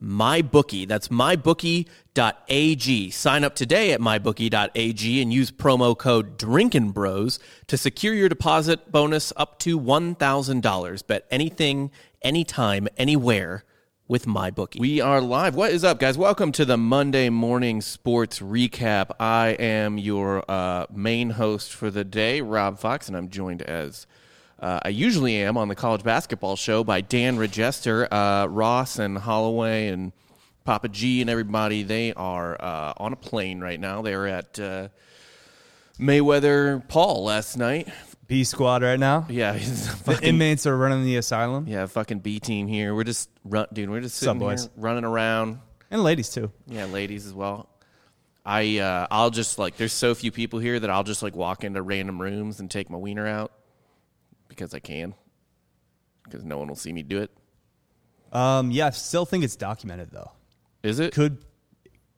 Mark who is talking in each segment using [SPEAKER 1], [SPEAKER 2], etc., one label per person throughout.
[SPEAKER 1] MyBookie. That's mybookie.ag. Sign up today at mybookie.ag and use promo code DRINKINBROS to secure your deposit bonus up to $1,000. Bet anything, anytime, anywhere with my bookie. We are live. What is up, guys? Welcome to the Monday morning sports recap. I am your uh, main host for the day, Rob Fox, and I'm joined as uh, I usually am on the college basketball show by Dan Regester, uh, Ross, and Holloway, and Papa G, and everybody. They are uh, on a plane right now. They are at uh, Mayweather Paul last night.
[SPEAKER 2] B squad right now.
[SPEAKER 1] Yeah, he's
[SPEAKER 2] The inmates are running the asylum
[SPEAKER 1] Yeah, fucking B team here. We're just run, dude. We're just sitting
[SPEAKER 2] Some boys.
[SPEAKER 1] here running around.
[SPEAKER 2] and ladies too.
[SPEAKER 1] Yeah, ladies as well. I uh, I'll just like there's so few people here that I'll just like walk into random rooms and take my wiener out because I can because no one will see me do it.
[SPEAKER 2] Um, yeah, I still think it's documented though.
[SPEAKER 1] Is it?
[SPEAKER 2] Could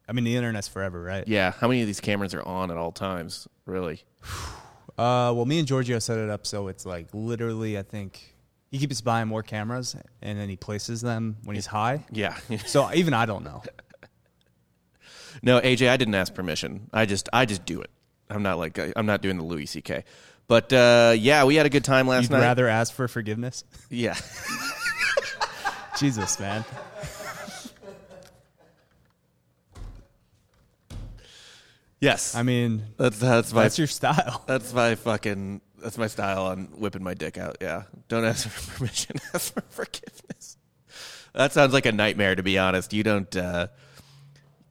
[SPEAKER 2] I mean the internet's forever, right?
[SPEAKER 1] yeah. How many of these cameras are on at all times? Really?
[SPEAKER 2] Uh, well, me and Giorgio set it up so it's like literally, I think he keeps buying more cameras and then he places them when he's high.
[SPEAKER 1] Yeah.
[SPEAKER 2] So even I don't know.
[SPEAKER 1] no, AJ, I didn't ask permission. I just I just do it. I'm not like I, am not doing the Louis C.K. But uh, yeah, we had a good time last
[SPEAKER 2] You'd
[SPEAKER 1] night.
[SPEAKER 2] rather ask for forgiveness?
[SPEAKER 1] yeah.
[SPEAKER 2] Jesus, man.
[SPEAKER 1] yes.
[SPEAKER 2] I mean,
[SPEAKER 1] that's that's my
[SPEAKER 2] that's your style.
[SPEAKER 1] That's my fucking. That's my style on whipping my dick out. Yeah, don't ask for permission. ask for forgiveness. That sounds like a nightmare, to be honest. You don't. Uh,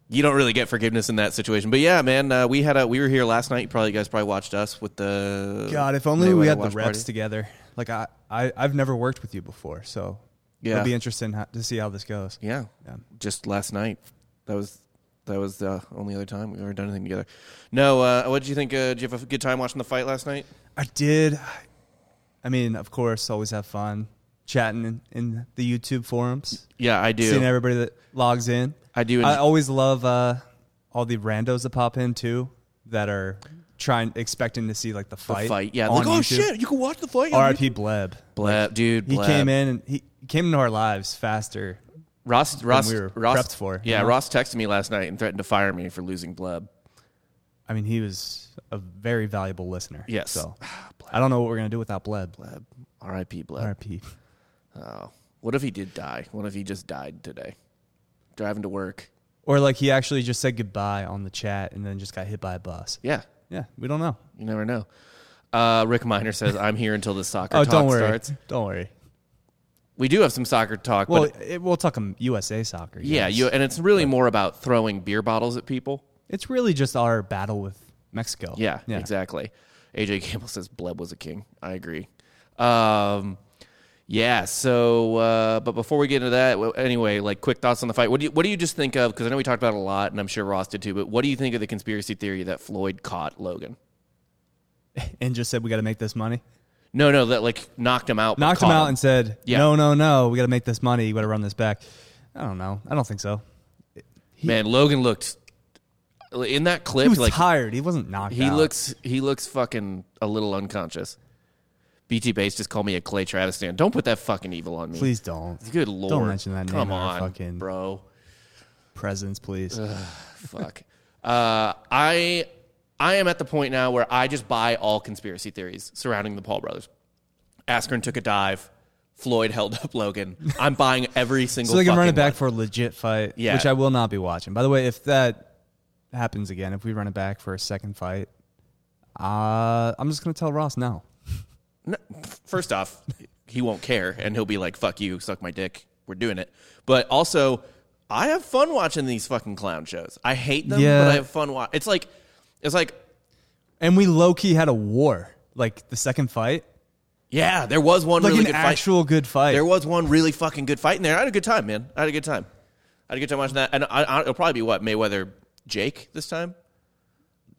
[SPEAKER 1] you don't really get forgiveness in that situation. But yeah, man, uh, we had a. We were here last night. You probably you guys probably watched us with the.
[SPEAKER 2] God, if only
[SPEAKER 1] Mayweather
[SPEAKER 2] we had the
[SPEAKER 1] watch
[SPEAKER 2] reps
[SPEAKER 1] party.
[SPEAKER 2] together. Like I, I, I've never worked with you before, so
[SPEAKER 1] Yeah.
[SPEAKER 2] it'll be interesting how, to see how this goes.
[SPEAKER 1] Yeah.
[SPEAKER 2] Yeah.
[SPEAKER 1] Just last night. That was that was the only other time we've ever done anything together. No, uh, what did you think? Uh, did you have a good time watching the fight last night?
[SPEAKER 2] I did. I mean, of course, always have fun chatting in, in the YouTube forums,
[SPEAKER 1] Yeah, I do.
[SPEAKER 2] seeing everybody that logs in.
[SPEAKER 1] I do.
[SPEAKER 2] I always love uh, all the randos that pop in too that are trying, expecting to see like the
[SPEAKER 1] the
[SPEAKER 2] fight.
[SPEAKER 1] fight. Yeah.
[SPEAKER 2] on
[SPEAKER 1] Like, oh
[SPEAKER 2] YouTube.
[SPEAKER 1] shit, you can watch the fight. on
[SPEAKER 2] R.I.P. Bleb.
[SPEAKER 1] Blab, dude.
[SPEAKER 2] He
[SPEAKER 1] Blab.
[SPEAKER 2] came in and he he came into our lives faster.
[SPEAKER 1] Ross. Ross.
[SPEAKER 2] we were
[SPEAKER 1] Ross
[SPEAKER 2] prepped for,
[SPEAKER 1] Yeah,
[SPEAKER 2] you know?
[SPEAKER 1] Ross texted me last night and threatened to fire me for losing blub.
[SPEAKER 2] I mean, he was a very valuable listener.
[SPEAKER 1] Yes.
[SPEAKER 2] So I don't know what we're gonna do without Bleb.
[SPEAKER 1] Blab. R.I.P. Blab.
[SPEAKER 2] R.I.P.
[SPEAKER 1] Oh, what if he did die? What if he just died today, driving to work?
[SPEAKER 2] Or like he actually just said goodbye on the chat and then just got hit by a bus.
[SPEAKER 1] Yeah,
[SPEAKER 2] Yeah, we don't know.
[SPEAKER 1] you never know. Uh, Rick Miner says, "I'm here until the soccer
[SPEAKER 2] Oh,
[SPEAKER 1] talk
[SPEAKER 2] don't worry.
[SPEAKER 1] starts."
[SPEAKER 2] Don't worry.
[SPEAKER 1] We do have some soccer talk,
[SPEAKER 2] Well,
[SPEAKER 1] but
[SPEAKER 2] it, we'll talk um, USA soccer.
[SPEAKER 1] yeah,
[SPEAKER 2] yes.
[SPEAKER 1] you and it's really more about throwing beer bottles at people.
[SPEAKER 2] it's really just our battle with Mexico.
[SPEAKER 1] Yeah, exactly. AJ Campbell says Bleb was a king. I agree. Um, yeah. So, uh, but before we get into that, well, anyway, like quick thoughts on the fight. What do you What do you just think of? Because I know we talked about it a lot, and I'm sure Ross did too. But what do you think of the conspiracy theory that Floyd caught Logan?
[SPEAKER 2] And just said we got to make this money.
[SPEAKER 1] No, no, that like knocked him out. but
[SPEAKER 2] Knocked him
[SPEAKER 1] caught
[SPEAKER 2] out and said,
[SPEAKER 1] Yeah.
[SPEAKER 2] "No, no, no, we got to make this money. You got to run this back." I don't know. I don't think so.
[SPEAKER 1] Man, Logan looked in that clip.
[SPEAKER 2] He was
[SPEAKER 1] like
[SPEAKER 2] tired. He wasn't knocked
[SPEAKER 1] he
[SPEAKER 2] out.
[SPEAKER 1] looks, he looks fucking a little unconscious. BT Bass just called me a Clay Travis stand. Don't put that fucking evil on me.
[SPEAKER 2] Please don't.
[SPEAKER 1] Good lord!
[SPEAKER 2] mention that name
[SPEAKER 1] Come
[SPEAKER 2] in our
[SPEAKER 1] on,
[SPEAKER 2] fucking-
[SPEAKER 1] bro.
[SPEAKER 2] Presence, please.
[SPEAKER 1] Fuck. Uh, I I am at the point now where I just buy all conspiracy theories surrounding the Paul brothers. Askren took a dive. Floyd held up Logan. I'm buying every single.
[SPEAKER 2] so they can run
[SPEAKER 1] fucking
[SPEAKER 2] it
[SPEAKER 1] one.
[SPEAKER 2] back for a legit fight,
[SPEAKER 1] Yeah.
[SPEAKER 2] which I will not be watching. By the way, if that happens again, if we run it back for a second fight, uh, I'm just gonna tell Ross no.
[SPEAKER 1] No, first off, he won't care, and he'll be like, "Fuck you, suck my dick. We're doing it." But also, I have fun watching these fucking clown shows. I hate them,
[SPEAKER 2] Yeah.
[SPEAKER 1] but I have fun. Wa- it's like, it's like,
[SPEAKER 2] And we low key had a war, like the second fight,
[SPEAKER 1] yeah, there was one
[SPEAKER 2] like
[SPEAKER 1] really
[SPEAKER 2] an
[SPEAKER 1] good fight.
[SPEAKER 2] actual good fight.
[SPEAKER 1] There was one really fucking good fight in there. I had a good time, man. I had a good time. I had a good time watching that, and I, I, it'll probably be what Mayweather Jake this time?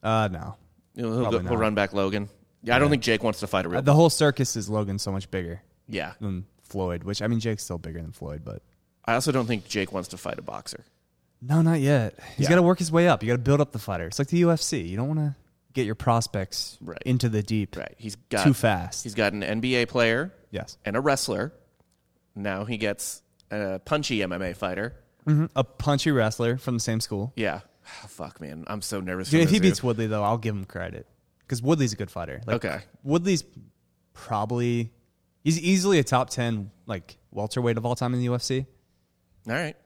[SPEAKER 2] Uh, no.
[SPEAKER 1] You know, he'll, go,
[SPEAKER 2] Probably
[SPEAKER 1] he'll
[SPEAKER 2] not.
[SPEAKER 1] run back Logan. Yeah, I don't think Jake wants to fight a real.
[SPEAKER 2] The whole circus is Logan so much bigger
[SPEAKER 1] yeah,
[SPEAKER 2] than Floyd, which I mean Jake's still bigger than Floyd, but
[SPEAKER 1] I also don't think Jake wants to fight a boxer.
[SPEAKER 2] no, not yet. He's
[SPEAKER 1] Yeah.
[SPEAKER 2] got to work his way up. You got to build up the fighter. It's like the UFC. You don't want to get your prospects
[SPEAKER 1] Right.
[SPEAKER 2] into the deep
[SPEAKER 1] Right, he's got
[SPEAKER 2] too fast.
[SPEAKER 1] He's got an NBA player
[SPEAKER 2] yes,
[SPEAKER 1] and a wrestler. Now he gets a punchy MMA fighter.
[SPEAKER 2] hmm a punchy wrestler from the same school.
[SPEAKER 1] Yeah, Ah, fuck man, I'm so nervous.
[SPEAKER 2] Dude,
[SPEAKER 1] for
[SPEAKER 2] if he
[SPEAKER 1] Mizzou.
[SPEAKER 2] beats Woodley, though, I'll give him credit because Woodley's a good fighter. Like,
[SPEAKER 1] Okay.
[SPEAKER 2] Woodley's probably he's easily a top ten like welterweight of all time in the UFC.
[SPEAKER 1] all right,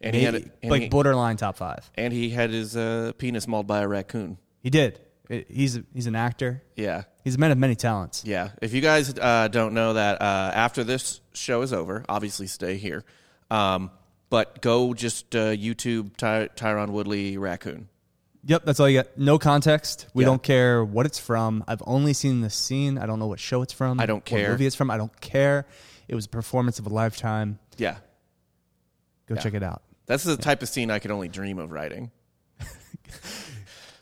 [SPEAKER 1] and he had a,
[SPEAKER 2] Maybe,
[SPEAKER 1] and,
[SPEAKER 2] like
[SPEAKER 1] he,
[SPEAKER 2] borderline top five.
[SPEAKER 1] and he had his uh, penis mauled by a raccoon.
[SPEAKER 2] He did. I- He's a- he's an actor.
[SPEAKER 1] Yeah,
[SPEAKER 2] He's a man of many talents.
[SPEAKER 1] Yeah. If you guys uh, don't know that, uh, after this show is over, obviously stay here. Um, but go just uh, YouTube Ty- Tyron Woodley raccoon.
[SPEAKER 2] Yep, that's all you got. No context. We
[SPEAKER 1] Yeah.
[SPEAKER 2] don't care what it's from. I've only seen the scene. I don't know what show it's from.
[SPEAKER 1] I don't care.
[SPEAKER 2] What movie it's from. I don't care. It was a performance of a lifetime.
[SPEAKER 1] Yeah.
[SPEAKER 2] Go check it out.
[SPEAKER 1] That's the type of scene I could only dream of writing.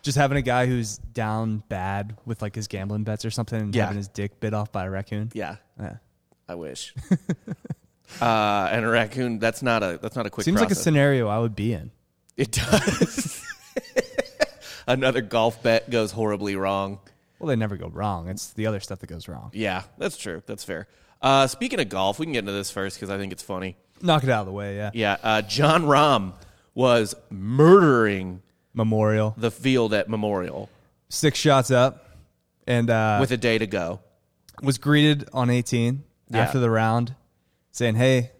[SPEAKER 2] just having a guy who's down bad with like his gambling bets or something and
[SPEAKER 1] Yeah.
[SPEAKER 2] having his dick bit off by a raccoon.
[SPEAKER 1] Yeah.
[SPEAKER 2] Yeah.
[SPEAKER 1] I wish. uh, and a raccoon. That's not a. That's not a quick.
[SPEAKER 2] Seems like a
[SPEAKER 1] process.
[SPEAKER 2] scenario I would be in.
[SPEAKER 1] It does. Another golf bet goes horribly wrong.
[SPEAKER 2] Well, they never go wrong. It's the other stuff that goes wrong.
[SPEAKER 1] Yeah, that's true. That's fair. Uh, speaking of golf, we can get into this first because I think it's funny.
[SPEAKER 2] Knock it out of the way, yeah.
[SPEAKER 1] Yeah, uh, John Rahm was murdering
[SPEAKER 2] Memorial.
[SPEAKER 1] the field at Memorial
[SPEAKER 2] Six shots up and uh,
[SPEAKER 1] with a day to go.
[SPEAKER 2] was greeted on 18
[SPEAKER 1] Yeah.
[SPEAKER 2] after the round saying, "Hey,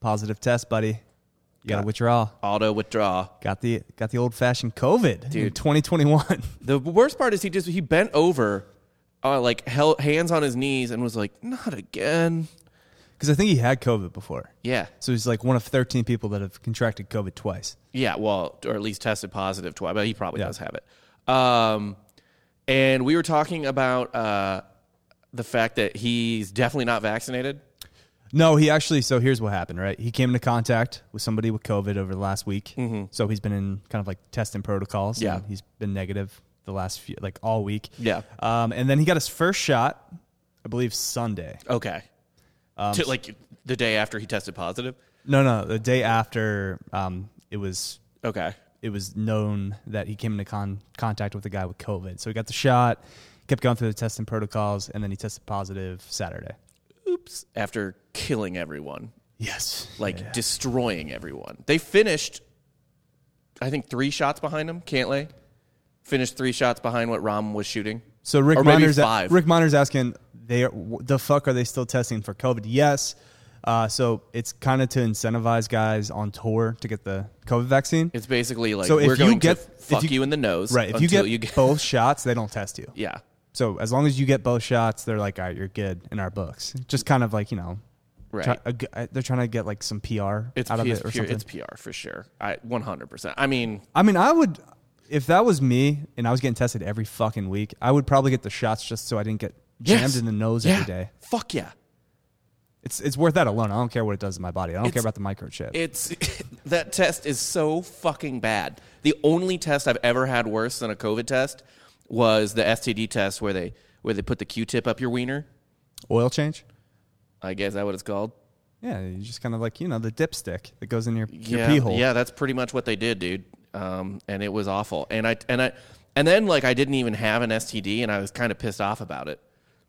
[SPEAKER 2] positive test, buddy. You got to withdraw.
[SPEAKER 1] Auto withdraw.
[SPEAKER 2] Got the got the old-fashioned COVID in 2021."
[SPEAKER 1] The worst part is he just he bent over, uh, like held, hands on his knees, and was like, "Not again."
[SPEAKER 2] Cuz I think he had COVID before.
[SPEAKER 1] Yeah,
[SPEAKER 2] So he's like one of 13 people that have contracted COVID twice.
[SPEAKER 1] yeah. Well, or at least tested positive twice, but he probably
[SPEAKER 2] Yeah.
[SPEAKER 1] does have it. Um, and we were talking about uh, the fact that he's definitely not vaccinated.
[SPEAKER 2] No, he actually. So here's what happened, right? He came into contact with somebody with COVID over the last week. So he's been in kind of like testing protocols.
[SPEAKER 1] Mm-hmm. Yeah.
[SPEAKER 2] and he's been negative the last few, like all week.
[SPEAKER 1] Yeah.
[SPEAKER 2] Um, and then he got his first shot, I believe Sunday.
[SPEAKER 1] Okay, Um, To- like the day after he tested positive.
[SPEAKER 2] No, no, the day after. Um, it was
[SPEAKER 1] Okay,
[SPEAKER 2] it was known that he came into con- contact with a guy with COVID. So he got the shot, kept going through the testing protocols, and then he tested positive Saturday.
[SPEAKER 1] oops, after killing everyone,
[SPEAKER 2] Yes.
[SPEAKER 1] like destroying everyone. They finished, I think, three shots behind him, can't they? Finished three shots behind what Rom was shooting.
[SPEAKER 2] So Rick
[SPEAKER 1] or maybe
[SPEAKER 2] Miners,
[SPEAKER 1] five.
[SPEAKER 2] Rick Miners asking, they are, wh- the fuck are they still testing for COVID? Yes. Uh, so it's kind of to incentivize guys on tour to get the COVID vaccine.
[SPEAKER 1] it's basically like
[SPEAKER 2] So if
[SPEAKER 1] we're
[SPEAKER 2] you
[SPEAKER 1] going
[SPEAKER 2] get-
[SPEAKER 1] to
[SPEAKER 2] if
[SPEAKER 1] fuck you,
[SPEAKER 2] you-
[SPEAKER 1] in the nose,
[SPEAKER 2] right. If you
[SPEAKER 1] until
[SPEAKER 2] get, both shots, they don't test you.
[SPEAKER 1] yeah,
[SPEAKER 2] So as long as you get both shots, they're like, all right, you're good in our books. Just kind of like, you know,
[SPEAKER 1] right.
[SPEAKER 2] try- a g- uh, they're trying to get like some PR
[SPEAKER 1] it's
[SPEAKER 2] out of
[SPEAKER 1] P-
[SPEAKER 2] it or
[SPEAKER 1] pure-
[SPEAKER 2] something.
[SPEAKER 1] it's PR for sure. I one hundred percent. I mean,
[SPEAKER 2] I mean, I would, if that was me and I was getting tested every fucking week, I would probably get the shots just so I didn't get jammed
[SPEAKER 1] yes.
[SPEAKER 2] in the nose
[SPEAKER 1] yeah.
[SPEAKER 2] every day.
[SPEAKER 1] Fuck yeah.
[SPEAKER 2] It's it's worth that alone. I don't care what it does to my body. I don't
[SPEAKER 1] It's-
[SPEAKER 2] care about the microchip.
[SPEAKER 1] It's that test is so fucking bad. The only test I've ever had worse than a COVID test was the STD test where they where they put the Q-tip up your wiener.
[SPEAKER 2] Oil change?
[SPEAKER 1] I guess is that what it's called.
[SPEAKER 2] Yeah, you just kind of like you know the dipstick that goes in your, your
[SPEAKER 1] yeah,
[SPEAKER 2] pee hole.
[SPEAKER 1] yeah, that's pretty much what they did, dude. Um, and it was awful. And I and I and then like I didn't even have an STD, and I was kind of pissed off about it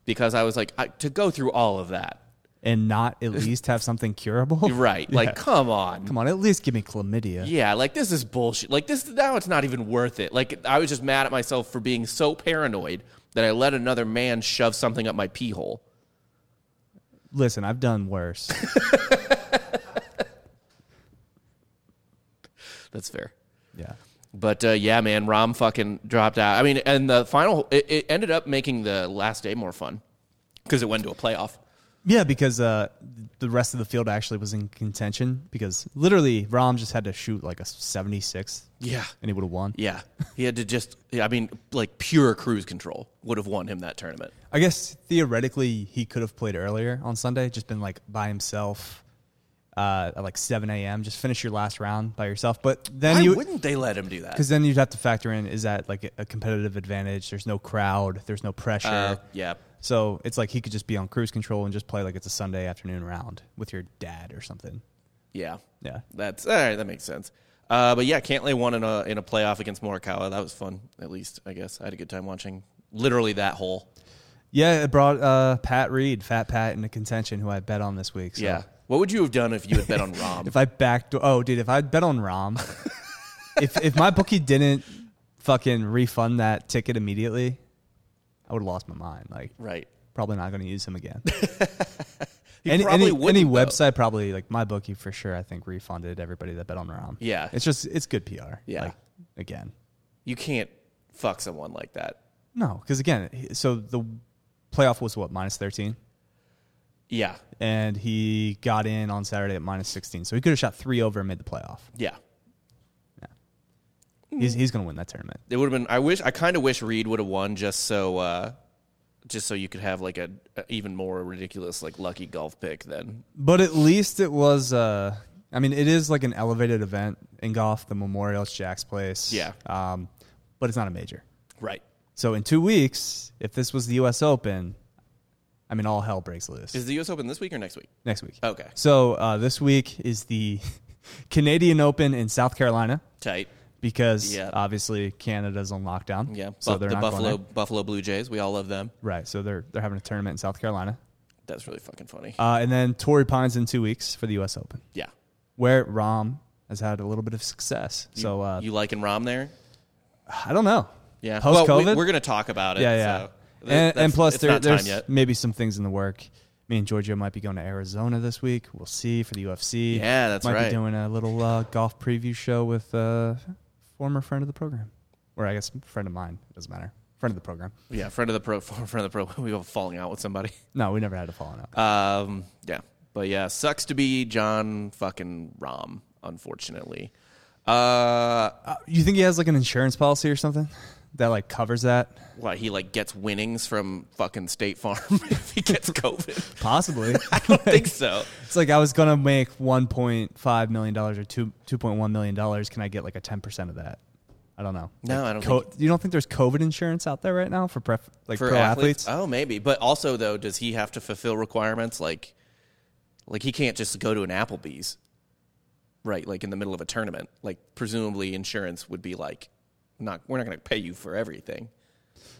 [SPEAKER 1] because I was like I, to go through all of that,
[SPEAKER 2] and not at least have something curable.
[SPEAKER 1] right?
[SPEAKER 2] Yeah.
[SPEAKER 1] Like, come on.
[SPEAKER 2] come on, at least give me chlamydia.
[SPEAKER 1] Yeah, like this is bullshit. Like this now it's not even worth it. Like I was just mad at myself for being so paranoid that I let another man shove something up my pee hole.
[SPEAKER 2] Listen, I've done worse.
[SPEAKER 1] That's fair.
[SPEAKER 2] yeah,
[SPEAKER 1] But uh, yeah, man, Rom fucking dropped out. I mean, and the final it, it ended up making the last day more fun because it went to a playoff.
[SPEAKER 2] yeah, because uh, the rest of the field actually was in contention because literally Rom just had to shoot like a seventy six.
[SPEAKER 1] Yeah.
[SPEAKER 2] and he would have won.
[SPEAKER 1] Yeah, he had to just. yeah, I mean, like pure cruise control would have won him that tournament.
[SPEAKER 2] I guess theoretically he could have played earlier on Sunday, just been like by himself. uh, at like 7 a.m. Just finish your last round by yourself. But then
[SPEAKER 1] Why
[SPEAKER 2] you
[SPEAKER 1] wouldn't they let him do that?
[SPEAKER 2] because then you'd have to factor in is that like a competitive advantage? There's no crowd. There's no pressure.
[SPEAKER 1] Uh, yeah.
[SPEAKER 2] So it's like he could just be on cruise control and just play like it's a Sunday afternoon round with your dad or something.
[SPEAKER 1] Yeah.
[SPEAKER 2] Yeah.
[SPEAKER 1] That's all right. That makes sense. Uh, but yeah, Cantlay won in a in a playoff against Morikawa. That was fun. At least I guess I had a good time watching. Literally that hole.
[SPEAKER 2] Yeah, it brought uh, Pat Reed, Fat Pat, into contention, who I bet on this week. So
[SPEAKER 1] Yeah. What would you have done if you had bet on Rom?
[SPEAKER 2] If I backed, oh, dude, if I bet on Rom, if if my bookie didn't fucking refund that ticket immediately, I would have lost my mind. Like,
[SPEAKER 1] right.
[SPEAKER 2] probably not going to use him again.
[SPEAKER 1] He
[SPEAKER 2] any
[SPEAKER 1] probably
[SPEAKER 2] any,
[SPEAKER 1] wouldn't,
[SPEAKER 2] any
[SPEAKER 1] though.
[SPEAKER 2] website probably like my bookie for sure. I think refunded everybody that bet on Rom.
[SPEAKER 1] Yeah.
[SPEAKER 2] it's just it's good PR.
[SPEAKER 1] Yeah.
[SPEAKER 2] like, again,
[SPEAKER 1] You can't fuck someone like that.
[SPEAKER 2] no, because again, he- so the playoff was what minus thirteen.
[SPEAKER 1] Yeah.
[SPEAKER 2] and he got in on Saturday at minus 16. So he could have shot three over and made the playoff.
[SPEAKER 1] Yeah.
[SPEAKER 2] He's,
[SPEAKER 1] Mm.
[SPEAKER 2] he's going to win that tournament.
[SPEAKER 1] It would have been. I wish. I kind of wish Reed would have won just so, uh, just so you could have like a, a even more ridiculous like lucky golf pick. Then
[SPEAKER 2] But at least it was, uh, I mean, it is like an elevated event in golf, the Memorial, it's Jack's Place.
[SPEAKER 1] Yeah.
[SPEAKER 2] Um, but it's not a major.
[SPEAKER 1] right.
[SPEAKER 2] So in two weeks, if this was the U.S. Open, I mean, all hell breaks loose
[SPEAKER 1] Is the U.S. Open this week or next week?
[SPEAKER 2] next week.
[SPEAKER 1] Okay.
[SPEAKER 2] So uh, this week is the Canadian Open in South Carolina
[SPEAKER 1] Tight.
[SPEAKER 2] because
[SPEAKER 1] Yeah.
[SPEAKER 2] obviously Canada's on lockdown.
[SPEAKER 1] Yeah.
[SPEAKER 2] So
[SPEAKER 1] Buff-
[SPEAKER 2] they're
[SPEAKER 1] the
[SPEAKER 2] not going
[SPEAKER 1] Buffalo
[SPEAKER 2] there.
[SPEAKER 1] Buffalo Blue Jays. We all love them.
[SPEAKER 2] Right. So they're they're having a tournament in South Carolina.
[SPEAKER 1] That's really fucking funny.
[SPEAKER 2] Uh, and then Torrey Pines in two weeks for the U.S. Open,
[SPEAKER 1] yeah.
[SPEAKER 2] where Rom has had a little bit of success. so uh,
[SPEAKER 1] you liking Rom there?
[SPEAKER 2] I don't know.
[SPEAKER 1] Yeah.
[SPEAKER 2] Post
[SPEAKER 1] Well,
[SPEAKER 2] COVID.
[SPEAKER 1] we, we're gonna talk about it.
[SPEAKER 2] yeah,
[SPEAKER 1] So
[SPEAKER 2] yeah.
[SPEAKER 1] th-
[SPEAKER 2] and,
[SPEAKER 1] that's-
[SPEAKER 2] and plus,
[SPEAKER 1] it's
[SPEAKER 2] there,
[SPEAKER 1] not time
[SPEAKER 2] there's
[SPEAKER 1] yet.
[SPEAKER 2] maybe some things in the work. Me and Giorgio might be going to Arizona this week. We'll see for the UFC.
[SPEAKER 1] Yeah, that's
[SPEAKER 2] might
[SPEAKER 1] right.
[SPEAKER 2] Be doing a little uh, golf preview show with a former friend of the program, or I guess friend of mine. It doesn't matter. Friend of the program.
[SPEAKER 1] Yeah. Friend of the pro. Friend of the pro. We were falling out with somebody.
[SPEAKER 2] No, we never had a falling out.
[SPEAKER 1] Um, yeah, but yeah, sucks to be John fucking Rom, unfortunately. Uh,
[SPEAKER 2] Uh, you think he has like an insurance policy or something that like covers that?
[SPEAKER 1] what he like gets winnings from fucking State Farm if he gets COVID?
[SPEAKER 2] Possibly.
[SPEAKER 1] I don't think so.
[SPEAKER 2] It's like I was gonna make one point five million dollars or two two point one million dollars. Can I get like a ten percent of that? I don't know.
[SPEAKER 1] No,
[SPEAKER 2] Like,
[SPEAKER 1] I don't
[SPEAKER 2] You don't think there's COVID insurance out there right now for pref- like
[SPEAKER 1] For
[SPEAKER 2] pro
[SPEAKER 1] athletes?
[SPEAKER 2] athletes?
[SPEAKER 1] oh, maybe. But also, though, does he have to fulfill requirements like, like he can't just go to an Applebee's, right? Like in the middle of a tournament. Like presumably, insurance would be like, not we're not going to pay you for everything.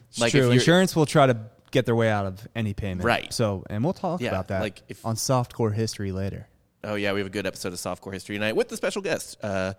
[SPEAKER 2] It's
[SPEAKER 1] like if
[SPEAKER 2] true.
[SPEAKER 1] you're-
[SPEAKER 2] Insurance will try to get their way out of any payment,
[SPEAKER 1] Right.
[SPEAKER 2] So, and we'll talk
[SPEAKER 1] Yeah,
[SPEAKER 2] about that
[SPEAKER 1] like if-
[SPEAKER 2] on softcore history later.
[SPEAKER 1] Oh yeah, we have a good episode of Softcore History Night with the special guest, uh,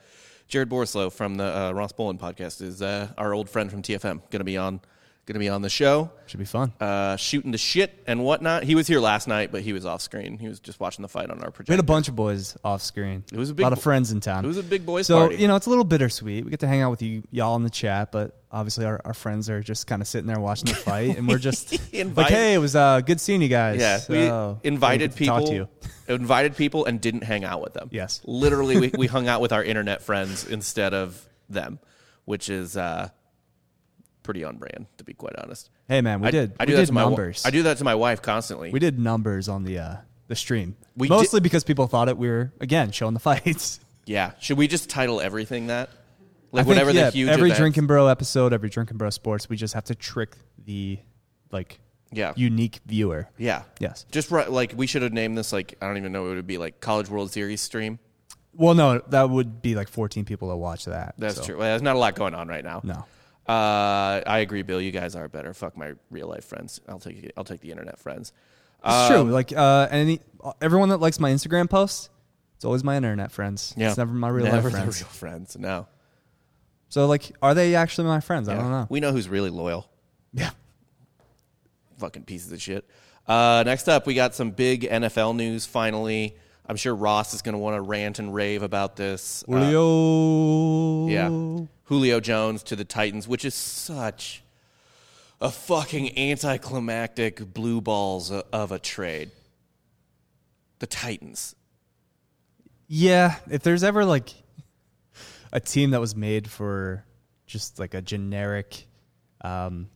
[SPEAKER 1] Jared Borislow from the uh, Ross Bolin podcast. Is uh, our old friend from TFM going to be on? Going to be on the show,
[SPEAKER 2] Should be fun.
[SPEAKER 1] uh, shooting the shit and whatnot. He was here last night, but he was off screen. He was just watching the fight on our
[SPEAKER 2] we had
[SPEAKER 1] projector.
[SPEAKER 2] a bunch of boys off screen. It
[SPEAKER 1] was a
[SPEAKER 2] a
[SPEAKER 1] big
[SPEAKER 2] lot of
[SPEAKER 1] bo-
[SPEAKER 2] friends in town.
[SPEAKER 1] it was a big boys'
[SPEAKER 2] So
[SPEAKER 1] party.
[SPEAKER 2] you know it's a little bittersweet. We get to hang out with you y'all in the chat, but obviously our, our friends are just kind of sitting there watching the fight, and we're just like,
[SPEAKER 1] Invited-
[SPEAKER 2] hey, it was uh, good seeing you guys.
[SPEAKER 1] yeah, we
[SPEAKER 2] So,
[SPEAKER 1] invited
[SPEAKER 2] we get to
[SPEAKER 1] people.
[SPEAKER 2] Talk to you.
[SPEAKER 1] Invited people and didn't hang out with them.
[SPEAKER 2] Yes.
[SPEAKER 1] literally, we, we hung out with our internet friends instead of them, which is uh, pretty on brand, to be quite honest.
[SPEAKER 2] Hey man, we
[SPEAKER 1] I
[SPEAKER 2] did.
[SPEAKER 1] I do
[SPEAKER 2] we
[SPEAKER 1] that
[SPEAKER 2] did
[SPEAKER 1] to my wa-
[SPEAKER 2] numbers.
[SPEAKER 1] I do that to my wife constantly.
[SPEAKER 2] We did numbers on the uh, the stream,
[SPEAKER 1] We
[SPEAKER 2] mostly because people thought it. We were again showing the fights.
[SPEAKER 1] Yeah. Should we just title everything that?
[SPEAKER 2] I
[SPEAKER 1] Like
[SPEAKER 2] think,
[SPEAKER 1] whatever
[SPEAKER 2] yeah,
[SPEAKER 1] the huge
[SPEAKER 2] every
[SPEAKER 1] event-
[SPEAKER 2] drinking bro episode, every drinking bro sports, we just have to trick the like
[SPEAKER 1] Yeah.
[SPEAKER 2] unique viewer.
[SPEAKER 1] yeah.
[SPEAKER 2] Yes.
[SPEAKER 1] Just right, like we should have named this like I don't even know what it would be like College World Series stream.
[SPEAKER 2] Well, no, that would be like 14 people that watch that.
[SPEAKER 1] That's
[SPEAKER 2] so,
[SPEAKER 1] true. Well, there's not a lot going on right now.
[SPEAKER 2] No.
[SPEAKER 1] Uh, I agree, Bill. You guys are better. Fuck my real life friends. I'll take I'll take the internet friends.
[SPEAKER 2] It's
[SPEAKER 1] Um,
[SPEAKER 2] true. Like uh, any everyone that likes my Instagram posts, it's always my internet friends.
[SPEAKER 1] Yeah.
[SPEAKER 2] It's never my real
[SPEAKER 1] Never
[SPEAKER 2] life
[SPEAKER 1] the
[SPEAKER 2] friends.
[SPEAKER 1] real friends. No.
[SPEAKER 2] So like, are they actually my friends? I don't know.
[SPEAKER 1] We know who's really loyal.
[SPEAKER 2] yeah.
[SPEAKER 1] fucking pieces of shit. Uh, next up, we got some big NFL news. Finally, I'm sure Ross is going to want to rant and rave about this. Uh,
[SPEAKER 2] Julio.
[SPEAKER 1] yeah, Julio Jones to the Titans, which is such a fucking anticlimactic blue balls o- of a trade. The Titans.
[SPEAKER 2] Yeah, if there's ever like a team that was made for just like a generic um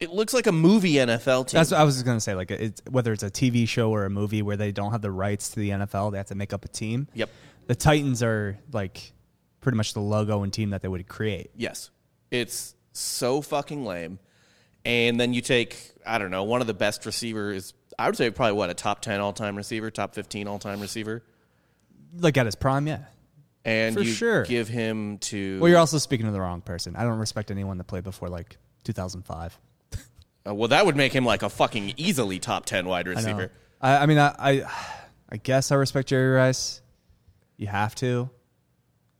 [SPEAKER 1] It looks like a movie NFL team.
[SPEAKER 2] That's what I was going to say. Like, it's, whether it's a TV show or a movie where they don't have the rights to the NFL, they have to make up a team.
[SPEAKER 1] Yep.
[SPEAKER 2] The Titans are like pretty much the logo and team that they would create.
[SPEAKER 1] Yes. It's so fucking lame. And then you take, I don't know, one of the best receivers, I would say probably what, a top 10 all time receiver, top 15 all time receiver.
[SPEAKER 2] Like at his prime, yeah.
[SPEAKER 1] And
[SPEAKER 2] For
[SPEAKER 1] you
[SPEAKER 2] sure.
[SPEAKER 1] give him to,
[SPEAKER 2] Well, you're also speaking to the wrong person. I don't respect anyone that played before like 2005.
[SPEAKER 1] Uh, well, that would make him like a fucking easily top 10 wide
[SPEAKER 2] I, know.
[SPEAKER 1] receiver.
[SPEAKER 2] I, I mean, I, I, I guess I respect Jerry Rice. You have to,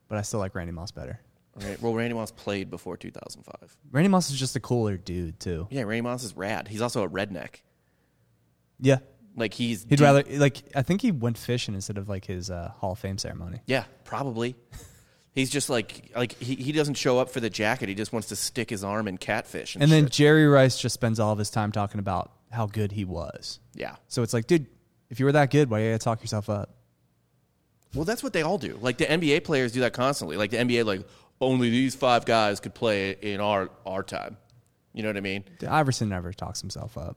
[SPEAKER 2] but I still like Randy Moss better.
[SPEAKER 1] Right. Well, Randy Moss played before 2005.
[SPEAKER 2] Randy Moss is just a cooler dude too.
[SPEAKER 1] Yeah, Randy Moss is rad. He's also a redneck.
[SPEAKER 2] Yeah,
[SPEAKER 1] Like he's
[SPEAKER 2] he'd rather like I think he went fishing instead of like his uh, Hall of Fame ceremony.
[SPEAKER 1] Yeah, probably. He's just like like he, he doesn't show up for the jacket. He just wants to stick his arm in catfish. And,
[SPEAKER 2] And then
[SPEAKER 1] shit.
[SPEAKER 2] Jerry Rice just spends all of his time talking about how good he was.
[SPEAKER 1] yeah.
[SPEAKER 2] So it's like, dude, if you were that good, why you gotta talk yourself up?
[SPEAKER 1] Well, that's what they all do. Like the NBA players do that constantly. Like the NBA, like only these five guys could play in our our time. You know what I mean?
[SPEAKER 2] Dude, Iverson never talks himself up.